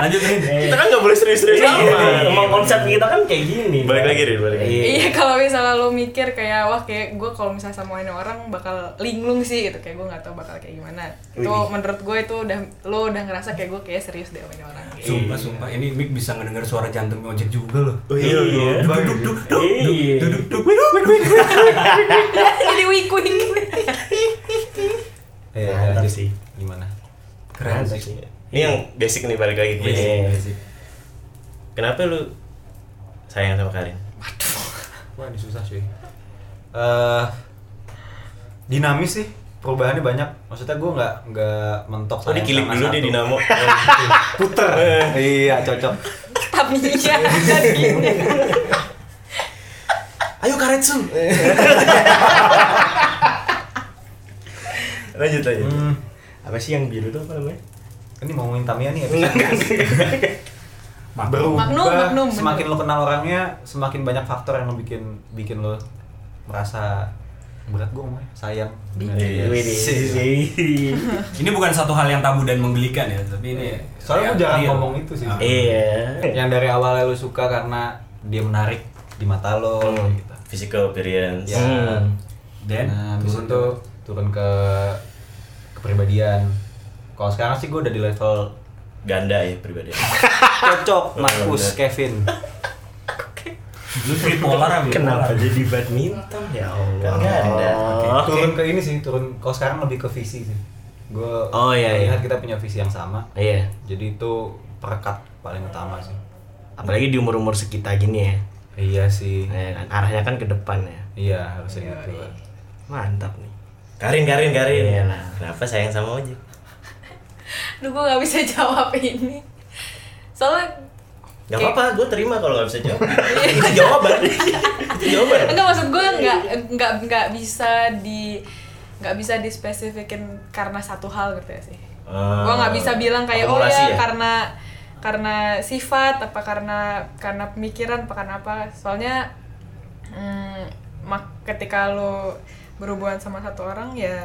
[SPEAKER 2] Lanjut nih.
[SPEAKER 8] Kita kan nggak boleh serius-serius
[SPEAKER 3] Iya,
[SPEAKER 8] amat.
[SPEAKER 3] Emang konsep kita kan kayak gini.
[SPEAKER 8] Balik lagi, Rin, balik lagi.
[SPEAKER 3] Iya.
[SPEAKER 6] iya kalau misalnya lu mikir kayak wah kayak gue kalau misalnya sama ini orang bakal linglung sih gitu kayak gue nggak tahu bakal kayak gimana itu menurut gue itu udah lu udah ngerasa kayak gue kayak serius deh sama ini orang
[SPEAKER 2] Sumpah sumpah ini Mik bisa ngedenger suara jantung ojek juga loh.
[SPEAKER 3] Iya.
[SPEAKER 2] Duduk duduk duduk duduk
[SPEAKER 3] Iya.
[SPEAKER 2] duduk duduk duduk duduk
[SPEAKER 6] jadi wik wik
[SPEAKER 5] Iya,
[SPEAKER 3] Mantap
[SPEAKER 5] lanjut.
[SPEAKER 3] sih.
[SPEAKER 5] Gimana?
[SPEAKER 2] Keren
[SPEAKER 3] Mantap sih.
[SPEAKER 2] sih.
[SPEAKER 8] Ini yang basic nih balik lagi ke basic.
[SPEAKER 3] Iya,
[SPEAKER 8] Kenapa lu sayang sama Karin?
[SPEAKER 5] Wah ini susah cuy. eh dinamis sih perubahannya banyak. Maksudnya gue nggak nggak mentok.
[SPEAKER 8] Oh
[SPEAKER 5] sayang
[SPEAKER 8] dikilik
[SPEAKER 5] sama
[SPEAKER 8] dulu
[SPEAKER 5] satu.
[SPEAKER 8] dia dinamo.
[SPEAKER 5] Puter. iya cocok.
[SPEAKER 6] Tabinya kan gini.
[SPEAKER 5] Ayo Karetsu.
[SPEAKER 3] Lanjut aja.
[SPEAKER 5] Hmm,
[SPEAKER 3] Apa sih yang biru tuh apa namanya?
[SPEAKER 5] ini mau ngomongin Tamiya nih episode. berubah
[SPEAKER 6] Magnum, magnum,
[SPEAKER 5] semakin
[SPEAKER 6] magnum.
[SPEAKER 5] lo kenal orangnya semakin banyak faktor yang lo bikin bikin lo merasa berat gue ngomongnya sayang
[SPEAKER 8] Iya.
[SPEAKER 3] Wih.
[SPEAKER 2] Ini bukan satu hal yang tabu dan menggelikan ya, tapi ini ya,
[SPEAKER 5] soalnya gue jarang
[SPEAKER 2] real.
[SPEAKER 5] ngomong itu sih
[SPEAKER 8] Iya.
[SPEAKER 5] yang dari awalnya lo suka karena dia menarik di mata lo
[SPEAKER 8] Hmm.
[SPEAKER 5] gitu
[SPEAKER 8] Physical appearance.
[SPEAKER 5] Ya.
[SPEAKER 8] Hmm.
[SPEAKER 2] Dan
[SPEAKER 5] nah habis
[SPEAKER 2] turun
[SPEAKER 5] itu turun ke kepribadian kalau sekarang sih gue udah di level
[SPEAKER 8] Ganda ya pribadi.
[SPEAKER 5] cocok Markus
[SPEAKER 8] bener.
[SPEAKER 5] Kevin
[SPEAKER 2] lu bipolar apa
[SPEAKER 3] Kenapa
[SPEAKER 2] bipolar?
[SPEAKER 3] jadi badminton ya Allah?
[SPEAKER 8] Ganda.
[SPEAKER 5] turun ke ini sih turun kalau sekarang lebih ke visi sih gue
[SPEAKER 8] Oh, iya, iya.
[SPEAKER 5] kita punya visi yang sama
[SPEAKER 8] Iya.
[SPEAKER 5] jadi itu perekat paling utama sih
[SPEAKER 8] Apalagi di umur-umur sekitar gini ya.
[SPEAKER 5] iya sih
[SPEAKER 8] arahnya kan ke depan ya.
[SPEAKER 5] iya harusnya gitu lah.
[SPEAKER 8] Mantap nih. Karin, Karin, Karin.
[SPEAKER 6] Iya.
[SPEAKER 8] Kenapa sayang sama Ojek?
[SPEAKER 6] Aduh gue gak bisa jawab ini. Soalnya
[SPEAKER 8] Gak
[SPEAKER 6] Oke.
[SPEAKER 8] apa-apa, gue terima kalau gak bisa jawab. Itu jawaban. Itu jawaban.
[SPEAKER 6] Iya. enggak maksud gue enggak enggak enggak bisa di enggak bisa dispesifikin karena satu hal gitu ya sih.
[SPEAKER 8] Ah.
[SPEAKER 6] gue nggak bisa bilang kayak oh
[SPEAKER 8] Akumulasi
[SPEAKER 6] ya,
[SPEAKER 8] ya?"
[SPEAKER 6] karena karena sifat apa karena karena pemikiran apa karena apa. Soalnya mm, mak ketika lo berhubungan sama satu orang ya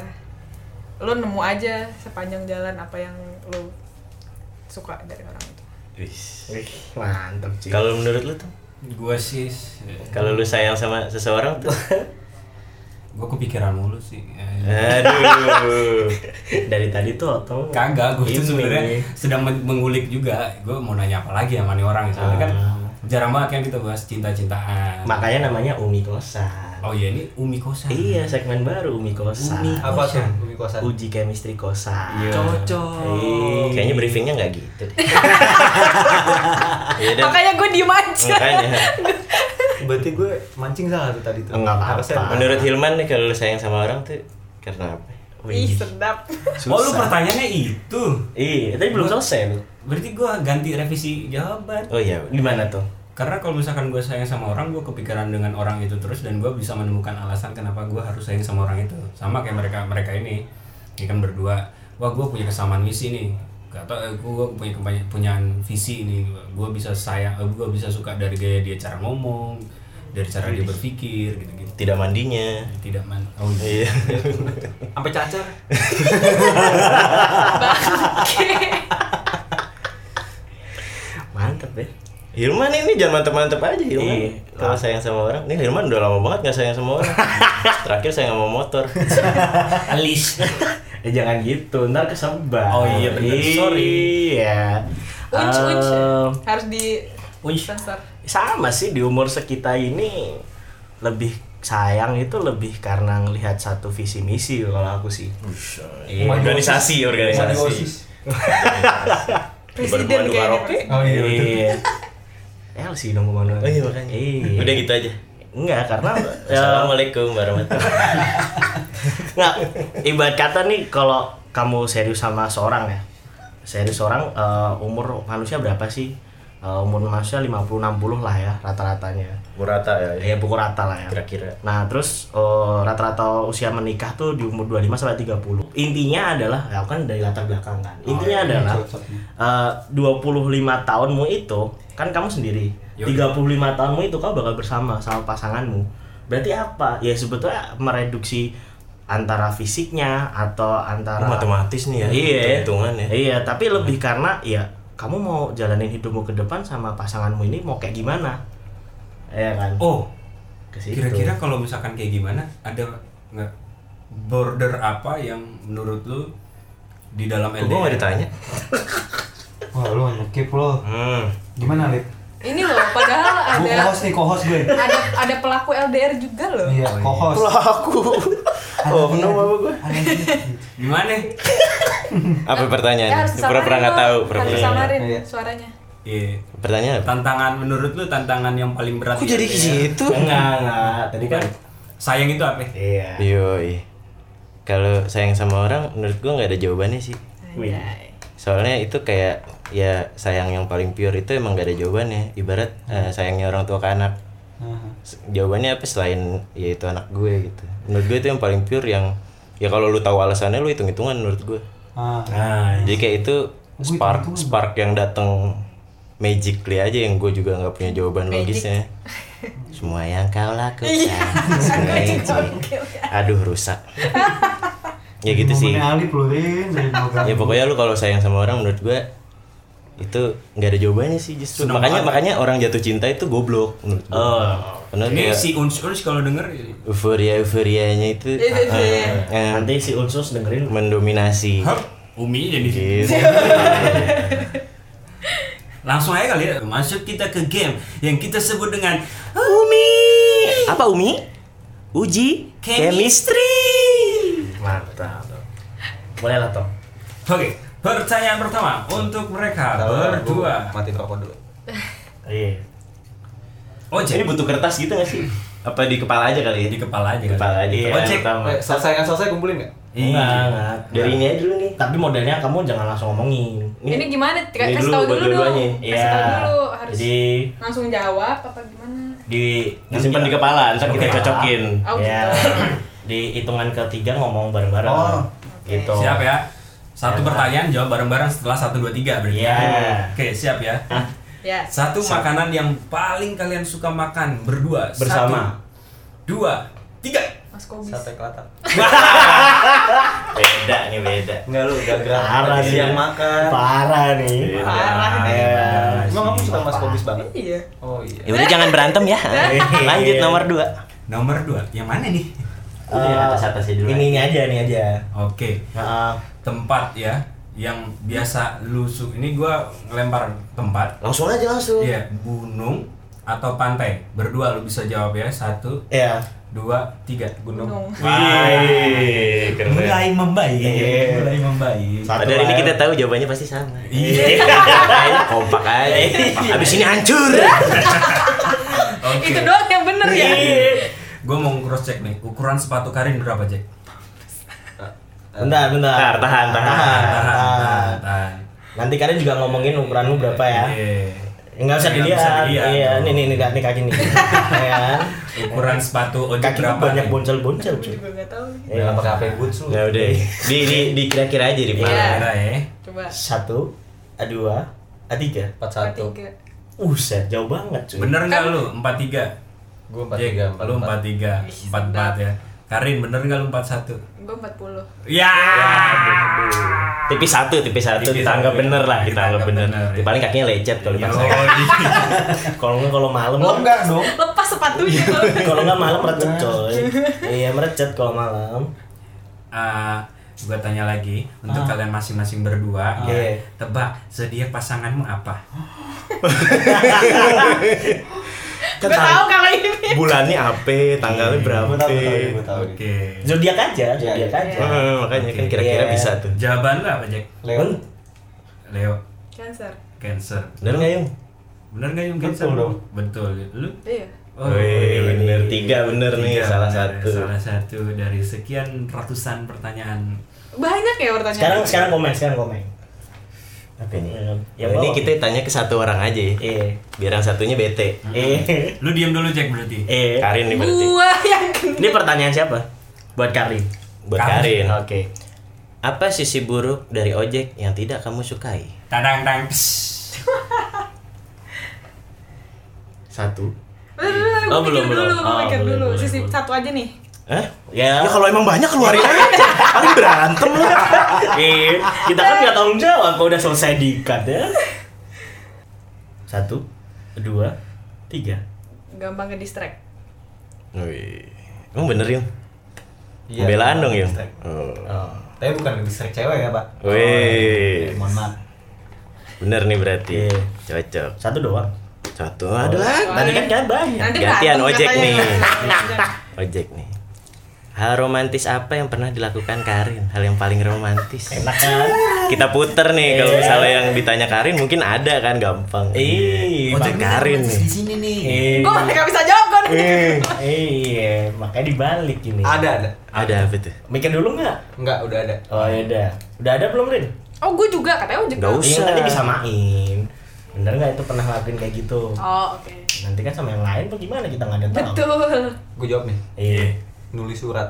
[SPEAKER 6] lo nemu aja sepanjang jalan apa yang lo suka dari orang itu.
[SPEAKER 8] Wis.
[SPEAKER 4] Mantap sih.
[SPEAKER 8] Kalau menurut lu tuh?
[SPEAKER 2] Gua sih
[SPEAKER 8] Kalau lu sayang sama seseorang tuh?
[SPEAKER 2] gua kepikiran mulu sih. Eh,
[SPEAKER 8] Aduh.
[SPEAKER 3] Dari tadi tuh atau
[SPEAKER 2] Kagak, gue itu
[SPEAKER 3] Ini.
[SPEAKER 2] sebenarnya sedang men- mengulik juga. Gue mau nanya apa lagi sama nih orang. Soalnya kan jarang banget kan kita bahas cinta-cintaan.
[SPEAKER 8] Makanya namanya Umi Kosan.
[SPEAKER 2] Oh iya ini Umi Kosan.
[SPEAKER 8] Iya, segmen baru Umi Kosan.
[SPEAKER 2] Umi.
[SPEAKER 5] apa tuh bumi kosan
[SPEAKER 8] Uji chemistry kosan.
[SPEAKER 2] Cocok.
[SPEAKER 8] Kayaknya briefingnya nggak gitu deh. Iya dan
[SPEAKER 6] Makanya gue diem aja.
[SPEAKER 8] makanya.
[SPEAKER 5] berarti gue mancing salah tuh tadi tuh
[SPEAKER 4] Enggak apa-apa.
[SPEAKER 5] Harusnya-
[SPEAKER 8] Menurut Hilman nih kalau lu sayang sama orang tuh karena apa?
[SPEAKER 6] Ih
[SPEAKER 8] Wih.
[SPEAKER 6] sedap.
[SPEAKER 2] Oh lu pertanyaannya itu.
[SPEAKER 8] Iya, tadi belum selesai lu.
[SPEAKER 2] Berarti gua ganti revisi jawaban.
[SPEAKER 8] Oh iya, gimana tuh?
[SPEAKER 2] Karena kalau misalkan gue sayang sama orang, gue kepikiran dengan orang itu terus dan gue bisa menemukan alasan kenapa gue harus sayang sama orang itu. Sama kayak mereka mereka ini, ini kan berdua. Wah gue punya kesamaan visi nih. Atau gue punya kebany- punya visi ini. Gue bisa sayang, gue bisa suka dari gaya dia cara ngomong, dari cara dia berpikir, gitu-gitu.
[SPEAKER 8] Tidak mandinya.
[SPEAKER 2] Tidak man. Oh iya.
[SPEAKER 8] Iya.
[SPEAKER 5] sampai cacar
[SPEAKER 6] Bangke.
[SPEAKER 8] Mantep ya. Hilman ini jangan mantep-mantep aja Hilman.
[SPEAKER 4] Iya.
[SPEAKER 8] Kalau sayang sama orang, nih Hilman udah lama banget nggak sayang sama orang. Terakhir sayang sama motor.
[SPEAKER 2] Alis.
[SPEAKER 4] Eh
[SPEAKER 8] Ya,
[SPEAKER 4] jangan gitu, ntar kesebar.
[SPEAKER 2] Oh iya, bener. Sorry.
[SPEAKER 4] Iya.
[SPEAKER 6] Unc, unc.
[SPEAKER 4] Ehm,
[SPEAKER 6] Harus di
[SPEAKER 4] Unc.
[SPEAKER 6] sensor.
[SPEAKER 4] sama sih di umur sekitar ini lebih sayang itu lebih karena ngelihat satu visi misi kalau aku sih.
[SPEAKER 8] Iya. Organisasi, organisasi.
[SPEAKER 6] Presiden kayaknya.
[SPEAKER 5] oh
[SPEAKER 4] iya. El sih dong kemana?
[SPEAKER 8] Oh iya, makanya.
[SPEAKER 4] Iya.
[SPEAKER 8] Udah gitu aja.
[SPEAKER 4] Enggak karena ya,
[SPEAKER 8] Assalamualaikum warahmatullahi
[SPEAKER 4] Nggak, ibarat kata nih kalau kamu serius sama seorang ya. Serius seorang eh, umur manusia berapa sih? Eh, umur manusia 50 60 lah ya rata-ratanya.
[SPEAKER 8] Gua rata ya.
[SPEAKER 4] Ya pukul rata lah ya.
[SPEAKER 8] Kira-kira.
[SPEAKER 4] Nah, terus eh, rata-rata usia menikah tuh di umur 25 sampai 30. Intinya adalah ya aku kan dari latar belakang kan.
[SPEAKER 2] Oh, iya,
[SPEAKER 4] Intinya adalah eh, 25 tahunmu itu kan kamu sendiri. 35 tahunmu itu kamu bakal bersama sama pasanganmu. Berarti apa? Ya sebetulnya mereduksi antara fisiknya
[SPEAKER 2] Oh,
[SPEAKER 4] atau antara
[SPEAKER 8] Matematis nih ya.
[SPEAKER 4] Iya.
[SPEAKER 8] Hitungan ya.
[SPEAKER 4] Iya, tapi lebih karena ya kamu mau jalanin hidupmu ke depan sama pasanganmu ini mau kayak gimana? Ya kan.
[SPEAKER 2] Oh,
[SPEAKER 8] Iya
[SPEAKER 4] Ke situ.
[SPEAKER 2] Kira-kira kalau misalkan kayak gimana, ada nggak border apa yang menurut lu di dalam
[SPEAKER 8] Kok gua nggak
[SPEAKER 2] LDR?
[SPEAKER 8] ditanya?
[SPEAKER 5] wah lu nyekip lo
[SPEAKER 8] Hmm.
[SPEAKER 5] gimana lip
[SPEAKER 6] Ini loh, padahal
[SPEAKER 5] gue
[SPEAKER 6] ada
[SPEAKER 5] kohos nih kohos gue
[SPEAKER 6] ada ada pelaku LDR juga loh.
[SPEAKER 5] iya kohos
[SPEAKER 4] aku
[SPEAKER 8] Oh, no apa gue?
[SPEAKER 2] Gimana?
[SPEAKER 6] Ya,
[SPEAKER 8] Apa pertanyaan?
[SPEAKER 6] harus disamarin
[SPEAKER 8] Pura-pura nggak
[SPEAKER 6] dong.
[SPEAKER 8] tahu.
[SPEAKER 6] Harus
[SPEAKER 8] Pura-pura. nggak
[SPEAKER 6] disamarin
[SPEAKER 5] Iya.
[SPEAKER 6] suaranya.
[SPEAKER 2] Iya.
[SPEAKER 8] tahu. Pertanyaan apa? Iya.
[SPEAKER 2] Tantangan menurut lu tantangan yang paling berat
[SPEAKER 8] Kok
[SPEAKER 2] di
[SPEAKER 8] jadi ke
[SPEAKER 2] LDR?
[SPEAKER 8] situ?
[SPEAKER 4] Enggak, enggak. Tadi kan
[SPEAKER 2] Sayang itu apa?
[SPEAKER 4] Iya.
[SPEAKER 8] Yoi. Kalau sayang sama orang, menurut gue nggak ada jawabannya sih.
[SPEAKER 6] Anjay.
[SPEAKER 8] Soalnya itu kayak ya sayang yang paling pure itu emang gak ada jawabannya. Ibarat eh, sayangnya orang tua ke anak. S- Jawabannya apa selain ya itu anak gue gitu. Menurut gue itu yang paling pure yang ya kalau lu tahu alasannya lu hitung-hitungan menurut gue.
[SPEAKER 5] Ah,
[SPEAKER 4] Nah,
[SPEAKER 8] Jadi kayak itu spark spark yang datang magically aja yang gue juga nggak punya jawaban logisnya. Semua yang kau lakukan, semua yang aduh rusak. ya gitu sih.
[SPEAKER 9] Alip lu Rin dari
[SPEAKER 8] Ya pokoknya lu kalau sayang sama orang menurut gue itu nggak ada jawabannya sih justru.
[SPEAKER 2] Seneng
[SPEAKER 8] makanya
[SPEAKER 2] banget.
[SPEAKER 8] makanya orang jatuh cinta itu goblok menurut gue.
[SPEAKER 4] Oh.
[SPEAKER 8] Karena
[SPEAKER 2] Ini
[SPEAKER 8] kayak
[SPEAKER 2] si uns uns kalau denger iya.
[SPEAKER 8] euforia euforianya itu
[SPEAKER 6] Iya, iya, iya.
[SPEAKER 8] eh,
[SPEAKER 4] nanti si Unsus dengerin
[SPEAKER 8] mendominasi.
[SPEAKER 2] Hah? Umi jadi
[SPEAKER 8] Gitu.
[SPEAKER 2] Langsung aja kali ya Masuk kita ke game Yang kita sebut dengan Umi
[SPEAKER 8] Apa Umi? Uji chemistry.
[SPEAKER 4] mantap. Boleh lah Tom.
[SPEAKER 2] Oke, pertanyaan pertama untuk mereka berdua.
[SPEAKER 5] Mati rokok dulu.
[SPEAKER 4] Iya.
[SPEAKER 8] Ini
[SPEAKER 2] Ojek
[SPEAKER 8] butuh kertas gitu gak sih? Apa di kepala aja kali ya?
[SPEAKER 2] di kepala aja.
[SPEAKER 8] Di kepala aja.
[SPEAKER 4] Iya,
[SPEAKER 2] Ojek.
[SPEAKER 4] pertama.
[SPEAKER 5] Eh, selesai nggak selesai kumpulin nggak?
[SPEAKER 4] Enggak,
[SPEAKER 2] Iya.
[SPEAKER 4] enggak.
[SPEAKER 8] Dari ini aja dulu nih.
[SPEAKER 4] Tapi modelnya kamu jangan langsung ngomongin.
[SPEAKER 6] Ini gimana?
[SPEAKER 8] ini
[SPEAKER 6] Kasih
[SPEAKER 8] dulu
[SPEAKER 6] tahu
[SPEAKER 8] buat
[SPEAKER 6] dulu dong.
[SPEAKER 8] dua-duanya.
[SPEAKER 6] Kasih tahu dulu harus
[SPEAKER 4] Iya. Jadi
[SPEAKER 6] langsung jawab apa gimana?
[SPEAKER 4] di
[SPEAKER 8] Disimpan di kepala, ntar kita cocokin.
[SPEAKER 6] Oh,
[SPEAKER 4] ya.
[SPEAKER 6] gitu.
[SPEAKER 4] di hitungan ketiga ngomong bareng-bareng.
[SPEAKER 9] Oh.
[SPEAKER 4] Gitu.
[SPEAKER 2] Siap ya? Satu
[SPEAKER 8] Iya.
[SPEAKER 2] pertanyaan jawab bareng-bareng setelah satu dua tiga berarti. ya.
[SPEAKER 4] Iya.
[SPEAKER 2] Oke, siap ya.
[SPEAKER 6] Ya.
[SPEAKER 2] Satu makanan yang paling kalian suka makan berdua
[SPEAKER 4] Bersama.
[SPEAKER 2] Satu, dua, tiga.
[SPEAKER 6] Mas Kobis.
[SPEAKER 5] Sate kelatak.
[SPEAKER 8] Beda nih beda.
[SPEAKER 5] Enggak lu udah gerak.
[SPEAKER 4] Parah
[SPEAKER 5] Tadi
[SPEAKER 4] sih.
[SPEAKER 5] yang makan.
[SPEAKER 4] Parah nih.
[SPEAKER 6] Parah nih.
[SPEAKER 4] Ya.
[SPEAKER 5] Emang kamu suka Mas Kobis banget?
[SPEAKER 6] Iya.
[SPEAKER 5] Oh iya.
[SPEAKER 8] Ya udah jangan berantem ya. Lanjut nomor 2.
[SPEAKER 2] Nomor dua, yang mana nih?
[SPEAKER 4] Eh,
[SPEAKER 8] Udah, atas-atasnya dulu
[SPEAKER 4] Ini aja nih aja.
[SPEAKER 2] Oke,
[SPEAKER 4] Heeh.
[SPEAKER 2] tempat ya yang biasa lu su- ini gua ngelempar tempat
[SPEAKER 4] Langsung aja langsung.
[SPEAKER 2] Iya, gunung atau pantai? Berdua lu bisa jawab ya. Satu,
[SPEAKER 4] Iya.
[SPEAKER 2] dua, tiga. Gunung.
[SPEAKER 6] Gunung.
[SPEAKER 8] Wih, keren.
[SPEAKER 2] membaik.
[SPEAKER 4] Iya.
[SPEAKER 2] Mulai membaik.
[SPEAKER 4] Satu
[SPEAKER 8] Padahal ini
[SPEAKER 4] aja.
[SPEAKER 8] kita tahu jawabannya pasti sama.
[SPEAKER 2] Iya.
[SPEAKER 8] Kayaknya kompak aja. Abis ini hancur.
[SPEAKER 2] Oke.
[SPEAKER 6] Itu doang yang bener ya.
[SPEAKER 2] Gue mau cross check nih. Ukuran sepatu Karin berapa, Jack?
[SPEAKER 4] Bentar, bentar.
[SPEAKER 8] Bentar, tahan, tahan.
[SPEAKER 4] tahan. Nanti kalian juga ngomongin ukuran lu berapa ya?
[SPEAKER 2] Iya.
[SPEAKER 4] Enggak usah
[SPEAKER 2] Nggak
[SPEAKER 4] dilihat.
[SPEAKER 2] bisa dilihat.
[SPEAKER 4] Iya, nih nih nih nih kaki nih. ya. kan?
[SPEAKER 2] Ukuran sepatu ojek
[SPEAKER 4] Kaki lu
[SPEAKER 2] berapa?
[SPEAKER 4] banyak
[SPEAKER 2] nih?
[SPEAKER 4] boncel-boncel,
[SPEAKER 6] Gue
[SPEAKER 4] cuy.
[SPEAKER 6] juga nggak tahu. nih.
[SPEAKER 5] Udah nggak pakai HP boots lu.
[SPEAKER 8] Ya udah.
[SPEAKER 2] Iya.
[SPEAKER 8] Di di dikira-kira aja di
[SPEAKER 6] Iya.
[SPEAKER 8] mana.
[SPEAKER 2] Kira-kira ya.
[SPEAKER 6] Coba.
[SPEAKER 4] Satu, ah, dua, ah, tiga.
[SPEAKER 5] Empat satu.
[SPEAKER 6] Tiga.
[SPEAKER 4] Uset, jauh banget, cuy.
[SPEAKER 2] Bener nggak lu? Empat tiga.
[SPEAKER 5] Gue empat
[SPEAKER 2] Jack,
[SPEAKER 5] tiga. empat
[SPEAKER 2] Lu empat tiga.
[SPEAKER 6] Kan- Ih,
[SPEAKER 2] Empat empat ya. Karin, bener nggak lu empat satu?
[SPEAKER 6] Gue 40.
[SPEAKER 2] Ya.
[SPEAKER 8] Tipis satu, tipis satu,
[SPEAKER 2] Tipis
[SPEAKER 8] kita
[SPEAKER 2] satu.
[SPEAKER 8] anggap
[SPEAKER 2] ya.
[SPEAKER 8] bener lah, kita anggap bener.
[SPEAKER 2] bener, ya.
[SPEAKER 8] Paling kakinya lecet kalau dipaksa.
[SPEAKER 2] Yoi.
[SPEAKER 4] Kalau nggak kalau malam,
[SPEAKER 9] Enggak dong.
[SPEAKER 6] Lepas sepatunya kalau
[SPEAKER 4] kalau nggak malam merecet, coy. Iya, merecet kalau malam.
[SPEAKER 2] Ah, gue tanya lagi untuk kalian masing-masing berdua ya,
[SPEAKER 4] Ah. Iya.
[SPEAKER 2] tebak zodiak pasanganmu apa
[SPEAKER 6] Gue
[SPEAKER 4] Iya.
[SPEAKER 6] tahu kalau ini.
[SPEAKER 8] Bulannya apa, tanggalnya berapa?
[SPEAKER 9] Gue tahu, gue tahu, gue tahu.
[SPEAKER 2] oke
[SPEAKER 4] Zodiak aja,
[SPEAKER 9] Iya,
[SPEAKER 4] zodiak
[SPEAKER 9] iya.
[SPEAKER 4] aja.
[SPEAKER 8] Heeh, makanya kan kira-kira
[SPEAKER 4] Iya.
[SPEAKER 8] bisa tuh.
[SPEAKER 2] jawaban lu apa Jack
[SPEAKER 9] Leo.
[SPEAKER 4] Ben-
[SPEAKER 2] Leo
[SPEAKER 6] Cancer.
[SPEAKER 2] Cancer
[SPEAKER 8] Bener nggak Yung?
[SPEAKER 2] bener nggak yang Cancer
[SPEAKER 9] Betul dong.
[SPEAKER 2] betul lu
[SPEAKER 6] Iya.
[SPEAKER 2] Oh,
[SPEAKER 8] Wih, bener tiga bener
[SPEAKER 2] iya, Tiga,
[SPEAKER 8] nih salah
[SPEAKER 2] bener.
[SPEAKER 8] satu.
[SPEAKER 2] salah satu dari sekian ratusan pertanyaan
[SPEAKER 6] Banyak ya pertanyaan.
[SPEAKER 4] Sekarang sekarang komen, sekarang komen.
[SPEAKER 8] Apa ini?
[SPEAKER 4] Ya,
[SPEAKER 8] ini
[SPEAKER 4] bawah.
[SPEAKER 8] kita tanya ke satu orang aja ya.
[SPEAKER 4] Eh,
[SPEAKER 8] Biar yang satunya bete. Iya.
[SPEAKER 4] eh,
[SPEAKER 2] lu diam dulu Jack berarti
[SPEAKER 4] eh.
[SPEAKER 8] Karin nih berarti.
[SPEAKER 6] Gua yang kena.
[SPEAKER 4] Ini pertanyaan siapa? Buat Karin.
[SPEAKER 8] Buat
[SPEAKER 2] Karin.
[SPEAKER 8] Karin.
[SPEAKER 4] Oke.
[SPEAKER 8] Apa sisi buruk dari ojek yang tidak kamu sukai?
[SPEAKER 2] tadang tang
[SPEAKER 4] Satu.
[SPEAKER 6] Bentar, bentar, bentar, gua
[SPEAKER 4] Oh, belum,
[SPEAKER 6] pikir dulu,
[SPEAKER 4] belum.
[SPEAKER 6] gua
[SPEAKER 4] Oh,
[SPEAKER 6] pikir
[SPEAKER 4] boleh,
[SPEAKER 6] dulu.
[SPEAKER 4] boleh,
[SPEAKER 6] Sisi
[SPEAKER 4] boleh.
[SPEAKER 6] satu aja nih.
[SPEAKER 8] Hah?
[SPEAKER 4] Ya.
[SPEAKER 8] Ya kalau emang banyak keluarin aja. Paling berantem lu.
[SPEAKER 4] Eh, kita kan nggak tanggung jawab kalau udah selesai diikat ya. Satu, dua, tiga.
[SPEAKER 6] Gampang ke distract.
[SPEAKER 8] Wih. Emang bener Yung?
[SPEAKER 5] Iya.
[SPEAKER 8] Pembelaan dong Yung?
[SPEAKER 5] Distract.
[SPEAKER 8] Oh.
[SPEAKER 5] Tapi bukan distrik cewek ya pak? iya.
[SPEAKER 8] Wih.
[SPEAKER 9] Mohon maaf.
[SPEAKER 8] Bener nih berarti.
[SPEAKER 4] Iya.
[SPEAKER 8] Cocok.
[SPEAKER 4] Satu doang.
[SPEAKER 8] Satu ada lah.
[SPEAKER 4] Oh. Tadi kan kan banyak.
[SPEAKER 6] Nanti
[SPEAKER 8] Gantian
[SPEAKER 6] berantem
[SPEAKER 8] ojek
[SPEAKER 6] katanya.
[SPEAKER 8] nih.
[SPEAKER 6] Jangan.
[SPEAKER 8] Ojek nih. Hal romantis apa yang pernah dilakukan Karin? Hal yang paling romantis. Iya.
[SPEAKER 4] Enak kan?
[SPEAKER 8] Kita puter nih kalau misalnya yang ditanya Karin mungkin ada kan gampang.
[SPEAKER 4] Ih,
[SPEAKER 2] Oh,
[SPEAKER 8] Bang Karin nih.
[SPEAKER 5] di sini nih
[SPEAKER 4] Eh,
[SPEAKER 6] Gue masih gak bisa jawab kan?
[SPEAKER 4] eh, iya, makanya dibalik ini.
[SPEAKER 5] ada ada
[SPEAKER 8] Ada apa tuh?
[SPEAKER 4] Mikir dulu nggak?
[SPEAKER 5] enggak udah ada
[SPEAKER 4] Oh ya udah, udah ada belum Rin?
[SPEAKER 6] Oh gue juga katanya gue juga.
[SPEAKER 8] Nggak usah.
[SPEAKER 4] Iya tadi bisa main. Bener nggak itu pernah ngelakuin kayak gitu?
[SPEAKER 6] Oh oke.
[SPEAKER 4] Nanti kan sama yang lain tuh gimana kita nggak ada yang tahu.
[SPEAKER 6] Betul.
[SPEAKER 5] gue jawab nih
[SPEAKER 4] Iya.
[SPEAKER 5] nulis surat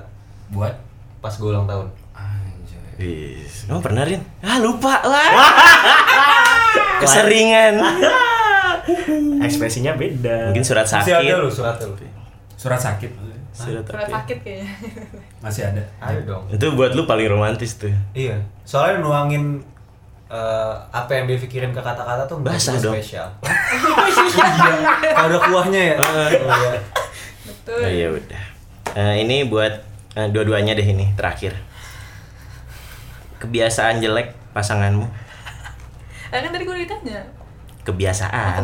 [SPEAKER 2] buat
[SPEAKER 5] pas gue ulang tahun
[SPEAKER 2] anjay
[SPEAKER 8] Ih, Emang pernah Rin? Ah lupa lah. Keseringan.
[SPEAKER 4] Ekspresinya beda.
[SPEAKER 8] Mungkin surat
[SPEAKER 5] Masih ada lu
[SPEAKER 8] sakit.
[SPEAKER 5] surat lu
[SPEAKER 2] surat sakit
[SPEAKER 6] Surat
[SPEAKER 8] Surat apa? ya?
[SPEAKER 6] sakit kayaknya.
[SPEAKER 2] masih ada
[SPEAKER 5] ayo dong
[SPEAKER 8] Itu buat lu paling romantis tuh.
[SPEAKER 5] iya soalnya nuangin eh, apa yang dia pikirin ke kata-kata tuh menurut
[SPEAKER 8] Basah
[SPEAKER 5] gua
[SPEAKER 8] dong.
[SPEAKER 5] spesial Iya, kalau ada kuahnya ya Oh, iya.
[SPEAKER 6] Betul.
[SPEAKER 8] Oh, ya udah. Eh, ini buat eh, dua-duanya deh ini terakhir. Kebiasaan jelek pasanganmu.
[SPEAKER 6] Ah, kan tadi gue ditanya.
[SPEAKER 8] Kebiasaan.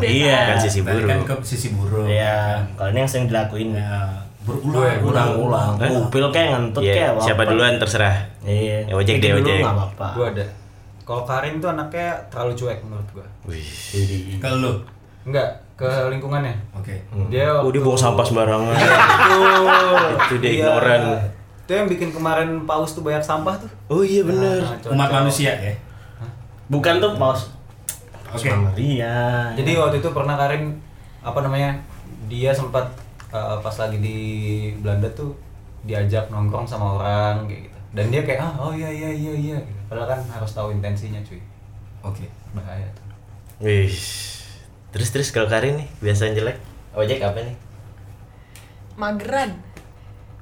[SPEAKER 6] Oh, kebiasaan.
[SPEAKER 8] Bukan sisi
[SPEAKER 2] Balik
[SPEAKER 8] buruk.
[SPEAKER 2] kan ke sisi buruk
[SPEAKER 4] Iya, kalau ini yang sering dilakuin
[SPEAKER 2] Ya,
[SPEAKER 5] Gue,
[SPEAKER 2] berulang
[SPEAKER 5] gue
[SPEAKER 2] ulang
[SPEAKER 5] dulu.
[SPEAKER 2] ulang
[SPEAKER 8] Eh?
[SPEAKER 4] Upil kayak ngentut
[SPEAKER 8] Iya,
[SPEAKER 4] kayak apa.
[SPEAKER 8] siapa duluan terserah.
[SPEAKER 4] Iya.
[SPEAKER 8] Ya, ojek
[SPEAKER 4] Mikir
[SPEAKER 8] deh,
[SPEAKER 4] dulu
[SPEAKER 8] ojek.
[SPEAKER 4] nggak apa-apa.
[SPEAKER 5] gue ada kalau Karin tuh anaknya terlalu cuek menurut gue
[SPEAKER 8] Wih.
[SPEAKER 2] Oh, ke lu
[SPEAKER 5] enggak ke lingkungannya
[SPEAKER 2] oke
[SPEAKER 5] dia
[SPEAKER 8] Oh, dia buang sampah sembarangan. Itu
[SPEAKER 5] itu
[SPEAKER 8] dia ignoran.
[SPEAKER 5] Iya. itu yang bikin kemarin paus tuh banyak sampah tuh
[SPEAKER 8] Oh iya bener.
[SPEAKER 5] Nah, cocok.
[SPEAKER 2] umat manusia ya
[SPEAKER 4] Bukan tuh Iya. paus.
[SPEAKER 2] oke
[SPEAKER 4] Maria.
[SPEAKER 5] jadi waktu itu pernah Karin apa namanya dia sempat eh, pas lagi di Belanda tuh diajak nongkrong sama orang kayak gitu dan dia kayak ah oh iya iya iya iya gitu. padahal kan harus tahu intensinya cuy
[SPEAKER 2] oke
[SPEAKER 5] bahaya tuh
[SPEAKER 8] Wih. Terus terus kalau Karin nih kebiasaan jelek. Ojek apa nih?
[SPEAKER 6] Mageran.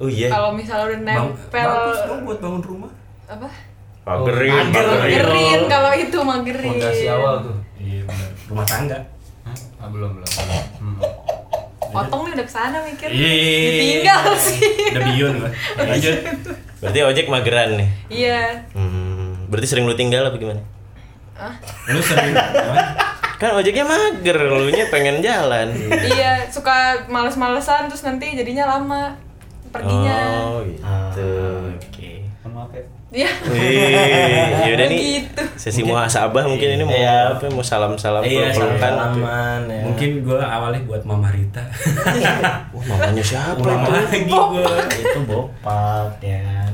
[SPEAKER 8] Oh iya.
[SPEAKER 6] Kalau misalnya udah
[SPEAKER 2] Bang-
[SPEAKER 6] nempel
[SPEAKER 2] bagus dong buat bangun rumah
[SPEAKER 6] apa?
[SPEAKER 8] Pagerin,
[SPEAKER 4] Mager.
[SPEAKER 8] pagerin.
[SPEAKER 6] Magerin kalau itu magerin.
[SPEAKER 5] fondasi awal tuh
[SPEAKER 2] iya benar rumah tangga
[SPEAKER 5] Hah? Ah, belum belum belum. Hmm.
[SPEAKER 6] Otong nih udah kesana mikir.
[SPEAKER 2] Iya.
[SPEAKER 6] Kan Ditinggal sih.
[SPEAKER 2] udah beyond gua lanjut
[SPEAKER 8] Berarti ojek mageran nih.
[SPEAKER 6] Iya.
[SPEAKER 8] Hmm, berarti sering lu tinggal apa gimana?
[SPEAKER 2] lu sering
[SPEAKER 8] Kan ojeknya mager, lu nya pengen jalan.
[SPEAKER 6] Iya, suka males-malesan terus nanti jadinya lama perginya.
[SPEAKER 8] Oh,
[SPEAKER 4] iya.
[SPEAKER 8] gitu. Oke.
[SPEAKER 5] Sama apa ya?
[SPEAKER 6] Iya.
[SPEAKER 8] Wih, yaudah nih.
[SPEAKER 6] Gitu.
[SPEAKER 8] Sesi muhasabah mungkin ini mau
[SPEAKER 4] Iya.
[SPEAKER 8] apa? Mau salam-salam Gitu.
[SPEAKER 4] Iya,
[SPEAKER 8] peluk-pelukan.
[SPEAKER 4] salaman ya.
[SPEAKER 2] mungkin gua awalnya buat mama Rita
[SPEAKER 6] Iya,
[SPEAKER 8] Wah, "Oh, mamanya siapa
[SPEAKER 2] ulang
[SPEAKER 8] itu?
[SPEAKER 2] lagi gua
[SPEAKER 4] itu bopak ya kan.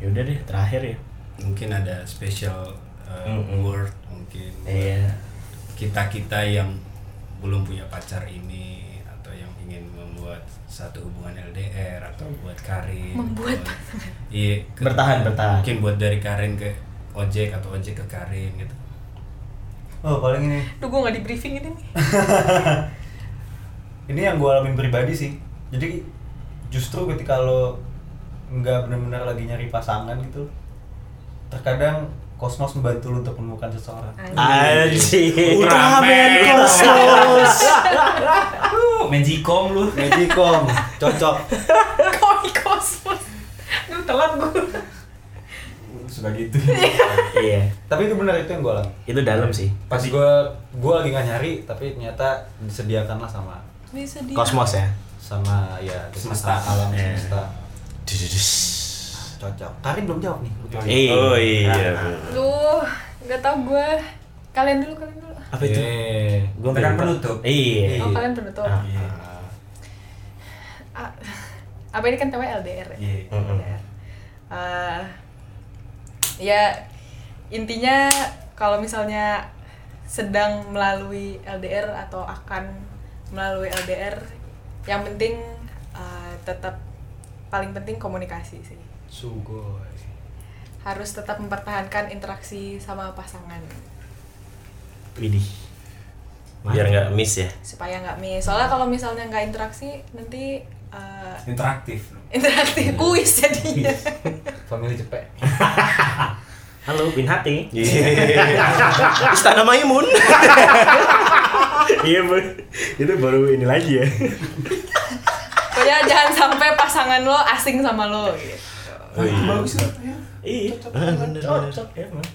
[SPEAKER 4] Ya udah deh, terakhir ya.
[SPEAKER 2] mungkin ada special uh, word mungkin
[SPEAKER 4] Iya.
[SPEAKER 2] kita kita yang belum punya pacar ini atau yang ingin membuat satu hubungan LDR atau buat Karin
[SPEAKER 6] Membuat.
[SPEAKER 2] buat- iya ke-
[SPEAKER 4] Bertahan, bertahan.
[SPEAKER 2] mungkin buat dari Karin ke ojek atau ojek ke Karin gitu
[SPEAKER 5] oh paling ini
[SPEAKER 6] Duh, gue gak di briefing ini nih.
[SPEAKER 5] ini yang gue alamin pribadi sih jadi justru gitu. ketika lo nggak benar-benar lagi nyari pasangan gitu terkadang kosmos membantu lo untuk menemukan seseorang
[SPEAKER 4] Anjir.
[SPEAKER 2] Ultraman
[SPEAKER 4] Kosmos.
[SPEAKER 2] lu magicom lu
[SPEAKER 5] Magicom cocok
[SPEAKER 6] Koi kosmos. Duh, telat gue.
[SPEAKER 2] suka gitu
[SPEAKER 4] Iya.
[SPEAKER 5] tapi itu benar itu yang gue alamin
[SPEAKER 4] Itu dalam sih.
[SPEAKER 5] pas gue gue lagi nggak nyari tapi ternyata disediakanlah sama
[SPEAKER 6] Bisa dia.
[SPEAKER 4] Kosmos ya.
[SPEAKER 5] sama ya
[SPEAKER 2] Semesta.
[SPEAKER 5] alam
[SPEAKER 2] Iya.
[SPEAKER 5] semesta
[SPEAKER 8] Dududus.
[SPEAKER 5] cocok Karin belum jawab nih
[SPEAKER 4] Iya.
[SPEAKER 8] Oh iya.
[SPEAKER 6] Duh, gak tau gue. Kalian dulu, kalian dulu.
[SPEAKER 8] Apa itu?
[SPEAKER 5] Eh,
[SPEAKER 8] Gua
[SPEAKER 2] Tekan
[SPEAKER 8] pengen-
[SPEAKER 2] penutup
[SPEAKER 4] Iya.
[SPEAKER 6] Oh, kalian penutup.
[SPEAKER 4] Ah.
[SPEAKER 6] Ah, apa ini kan temanya LDR ya?
[SPEAKER 2] Iya.
[SPEAKER 6] LDR. Ah, ya intinya kalau misalnya sedang melalui LDR atau akan melalui LDR, yang penting ah, tetap paling penting komunikasi sih.
[SPEAKER 5] sugoi
[SPEAKER 6] Harus tetap mempertahankan interaksi sama pasangan
[SPEAKER 4] Widih.
[SPEAKER 8] Biar nggak miss ya.
[SPEAKER 6] supaya nggak miss. Soalnya kalau misalnya nggak interaksi nanti ah,
[SPEAKER 2] interaktif
[SPEAKER 6] interaktif kuis jadinya.
[SPEAKER 5] family cepet
[SPEAKER 4] Halo, Bin Hati.
[SPEAKER 8] Istana Maimun.
[SPEAKER 4] Iya, Bu. Itu baru ini lagi ya.
[SPEAKER 6] Pokoknya jangan sampai pasangan lo asing sama lo gitu.
[SPEAKER 4] Iya.
[SPEAKER 8] Ah, bener,
[SPEAKER 4] Cocok ya, Mas.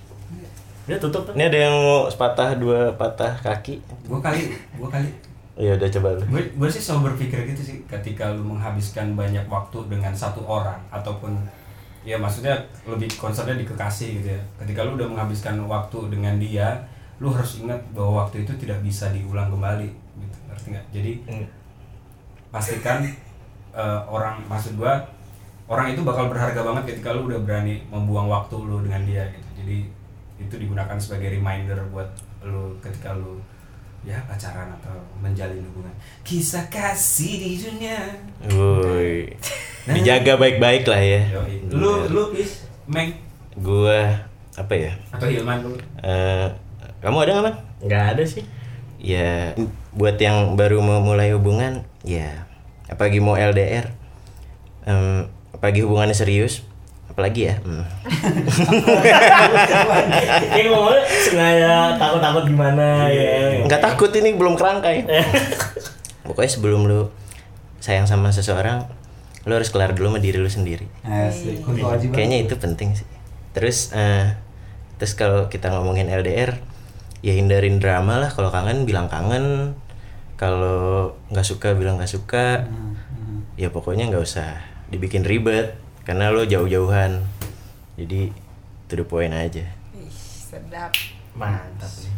[SPEAKER 4] Udah tutup.
[SPEAKER 8] Ini ada yang mau sepatah dua patah kaki.
[SPEAKER 2] gua kali gua kali
[SPEAKER 8] Iya udah coba lu.
[SPEAKER 2] gue gue sih selalu berpikir gitu sih ketika lu menghabiskan banyak waktu dengan satu orang ataupun ya maksudnya lebih konsepnya di kekasih gitu ya ketika lu udah menghabiskan waktu dengan dia lu harus ingat bahwa waktu itu tidak bisa diulang kembali gitu ngerti nggak jadi pastikan eh, orang maksud gua orang itu bakal berharga banget ketika lu udah berani membuang waktu lu dengan dia gitu jadi itu digunakan sebagai reminder buat lu ketika lu ya pacaran atau menjalin hubungan kisah kasih di dunia Nah.
[SPEAKER 8] Woi. Dijaga baik-baik lah ya.
[SPEAKER 2] Yoi. lu lu is meng
[SPEAKER 8] Gua apa ya?
[SPEAKER 2] atau Hilman lu
[SPEAKER 8] Eh, kamu ada nggak man?
[SPEAKER 4] nggak ada sih
[SPEAKER 8] Ya buat yang baru mau mulai hubungan, ya apalagi mau LDR, em, apalagi hubungannya serius, apalagi ya. Hmm.
[SPEAKER 4] ini ngomongnya Iya, sengaja takut takut gimana ya
[SPEAKER 8] Nggak takut ini belum kerangkai. Pokoknya sebelum lu sayang sama seseorang, lu harus kelar dulu sama diri lu sendiri.
[SPEAKER 9] Asik, kunci wajib.
[SPEAKER 8] Kayaknya itu penting sih. Terus eh terus kalau kita ngomongin LDR, ya hindarin drama lah. Kalau kangen bilang kangen, kalau nggak suka bilang nggak suka. Ya pokoknya nggak usah dibikin ribet karena lo jauh-jauhan. Jadi to the point aja.
[SPEAKER 6] Ih, sedap.
[SPEAKER 4] mantap nih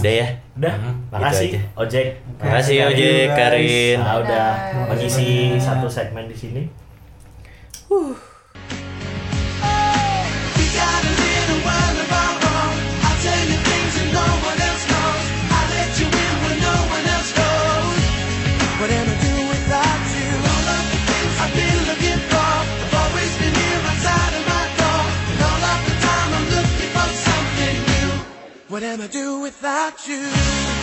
[SPEAKER 8] Udah ya.
[SPEAKER 4] udah makasih
[SPEAKER 8] aja.
[SPEAKER 4] ojek
[SPEAKER 8] Makasih
[SPEAKER 9] thank you,
[SPEAKER 8] Ojek,
[SPEAKER 9] guys.
[SPEAKER 8] Karin.
[SPEAKER 4] Nah, udah
[SPEAKER 6] Dadah.
[SPEAKER 4] mengisi satu segmen di sini
[SPEAKER 1] We got a little world of our own. I tell you things that no one else knows. I let you in when no one else goes. What am I doing without you? All of the things I've been looking for. I've always been here outside of my door. And all of the time I'm looking for something new. What am I doing without you?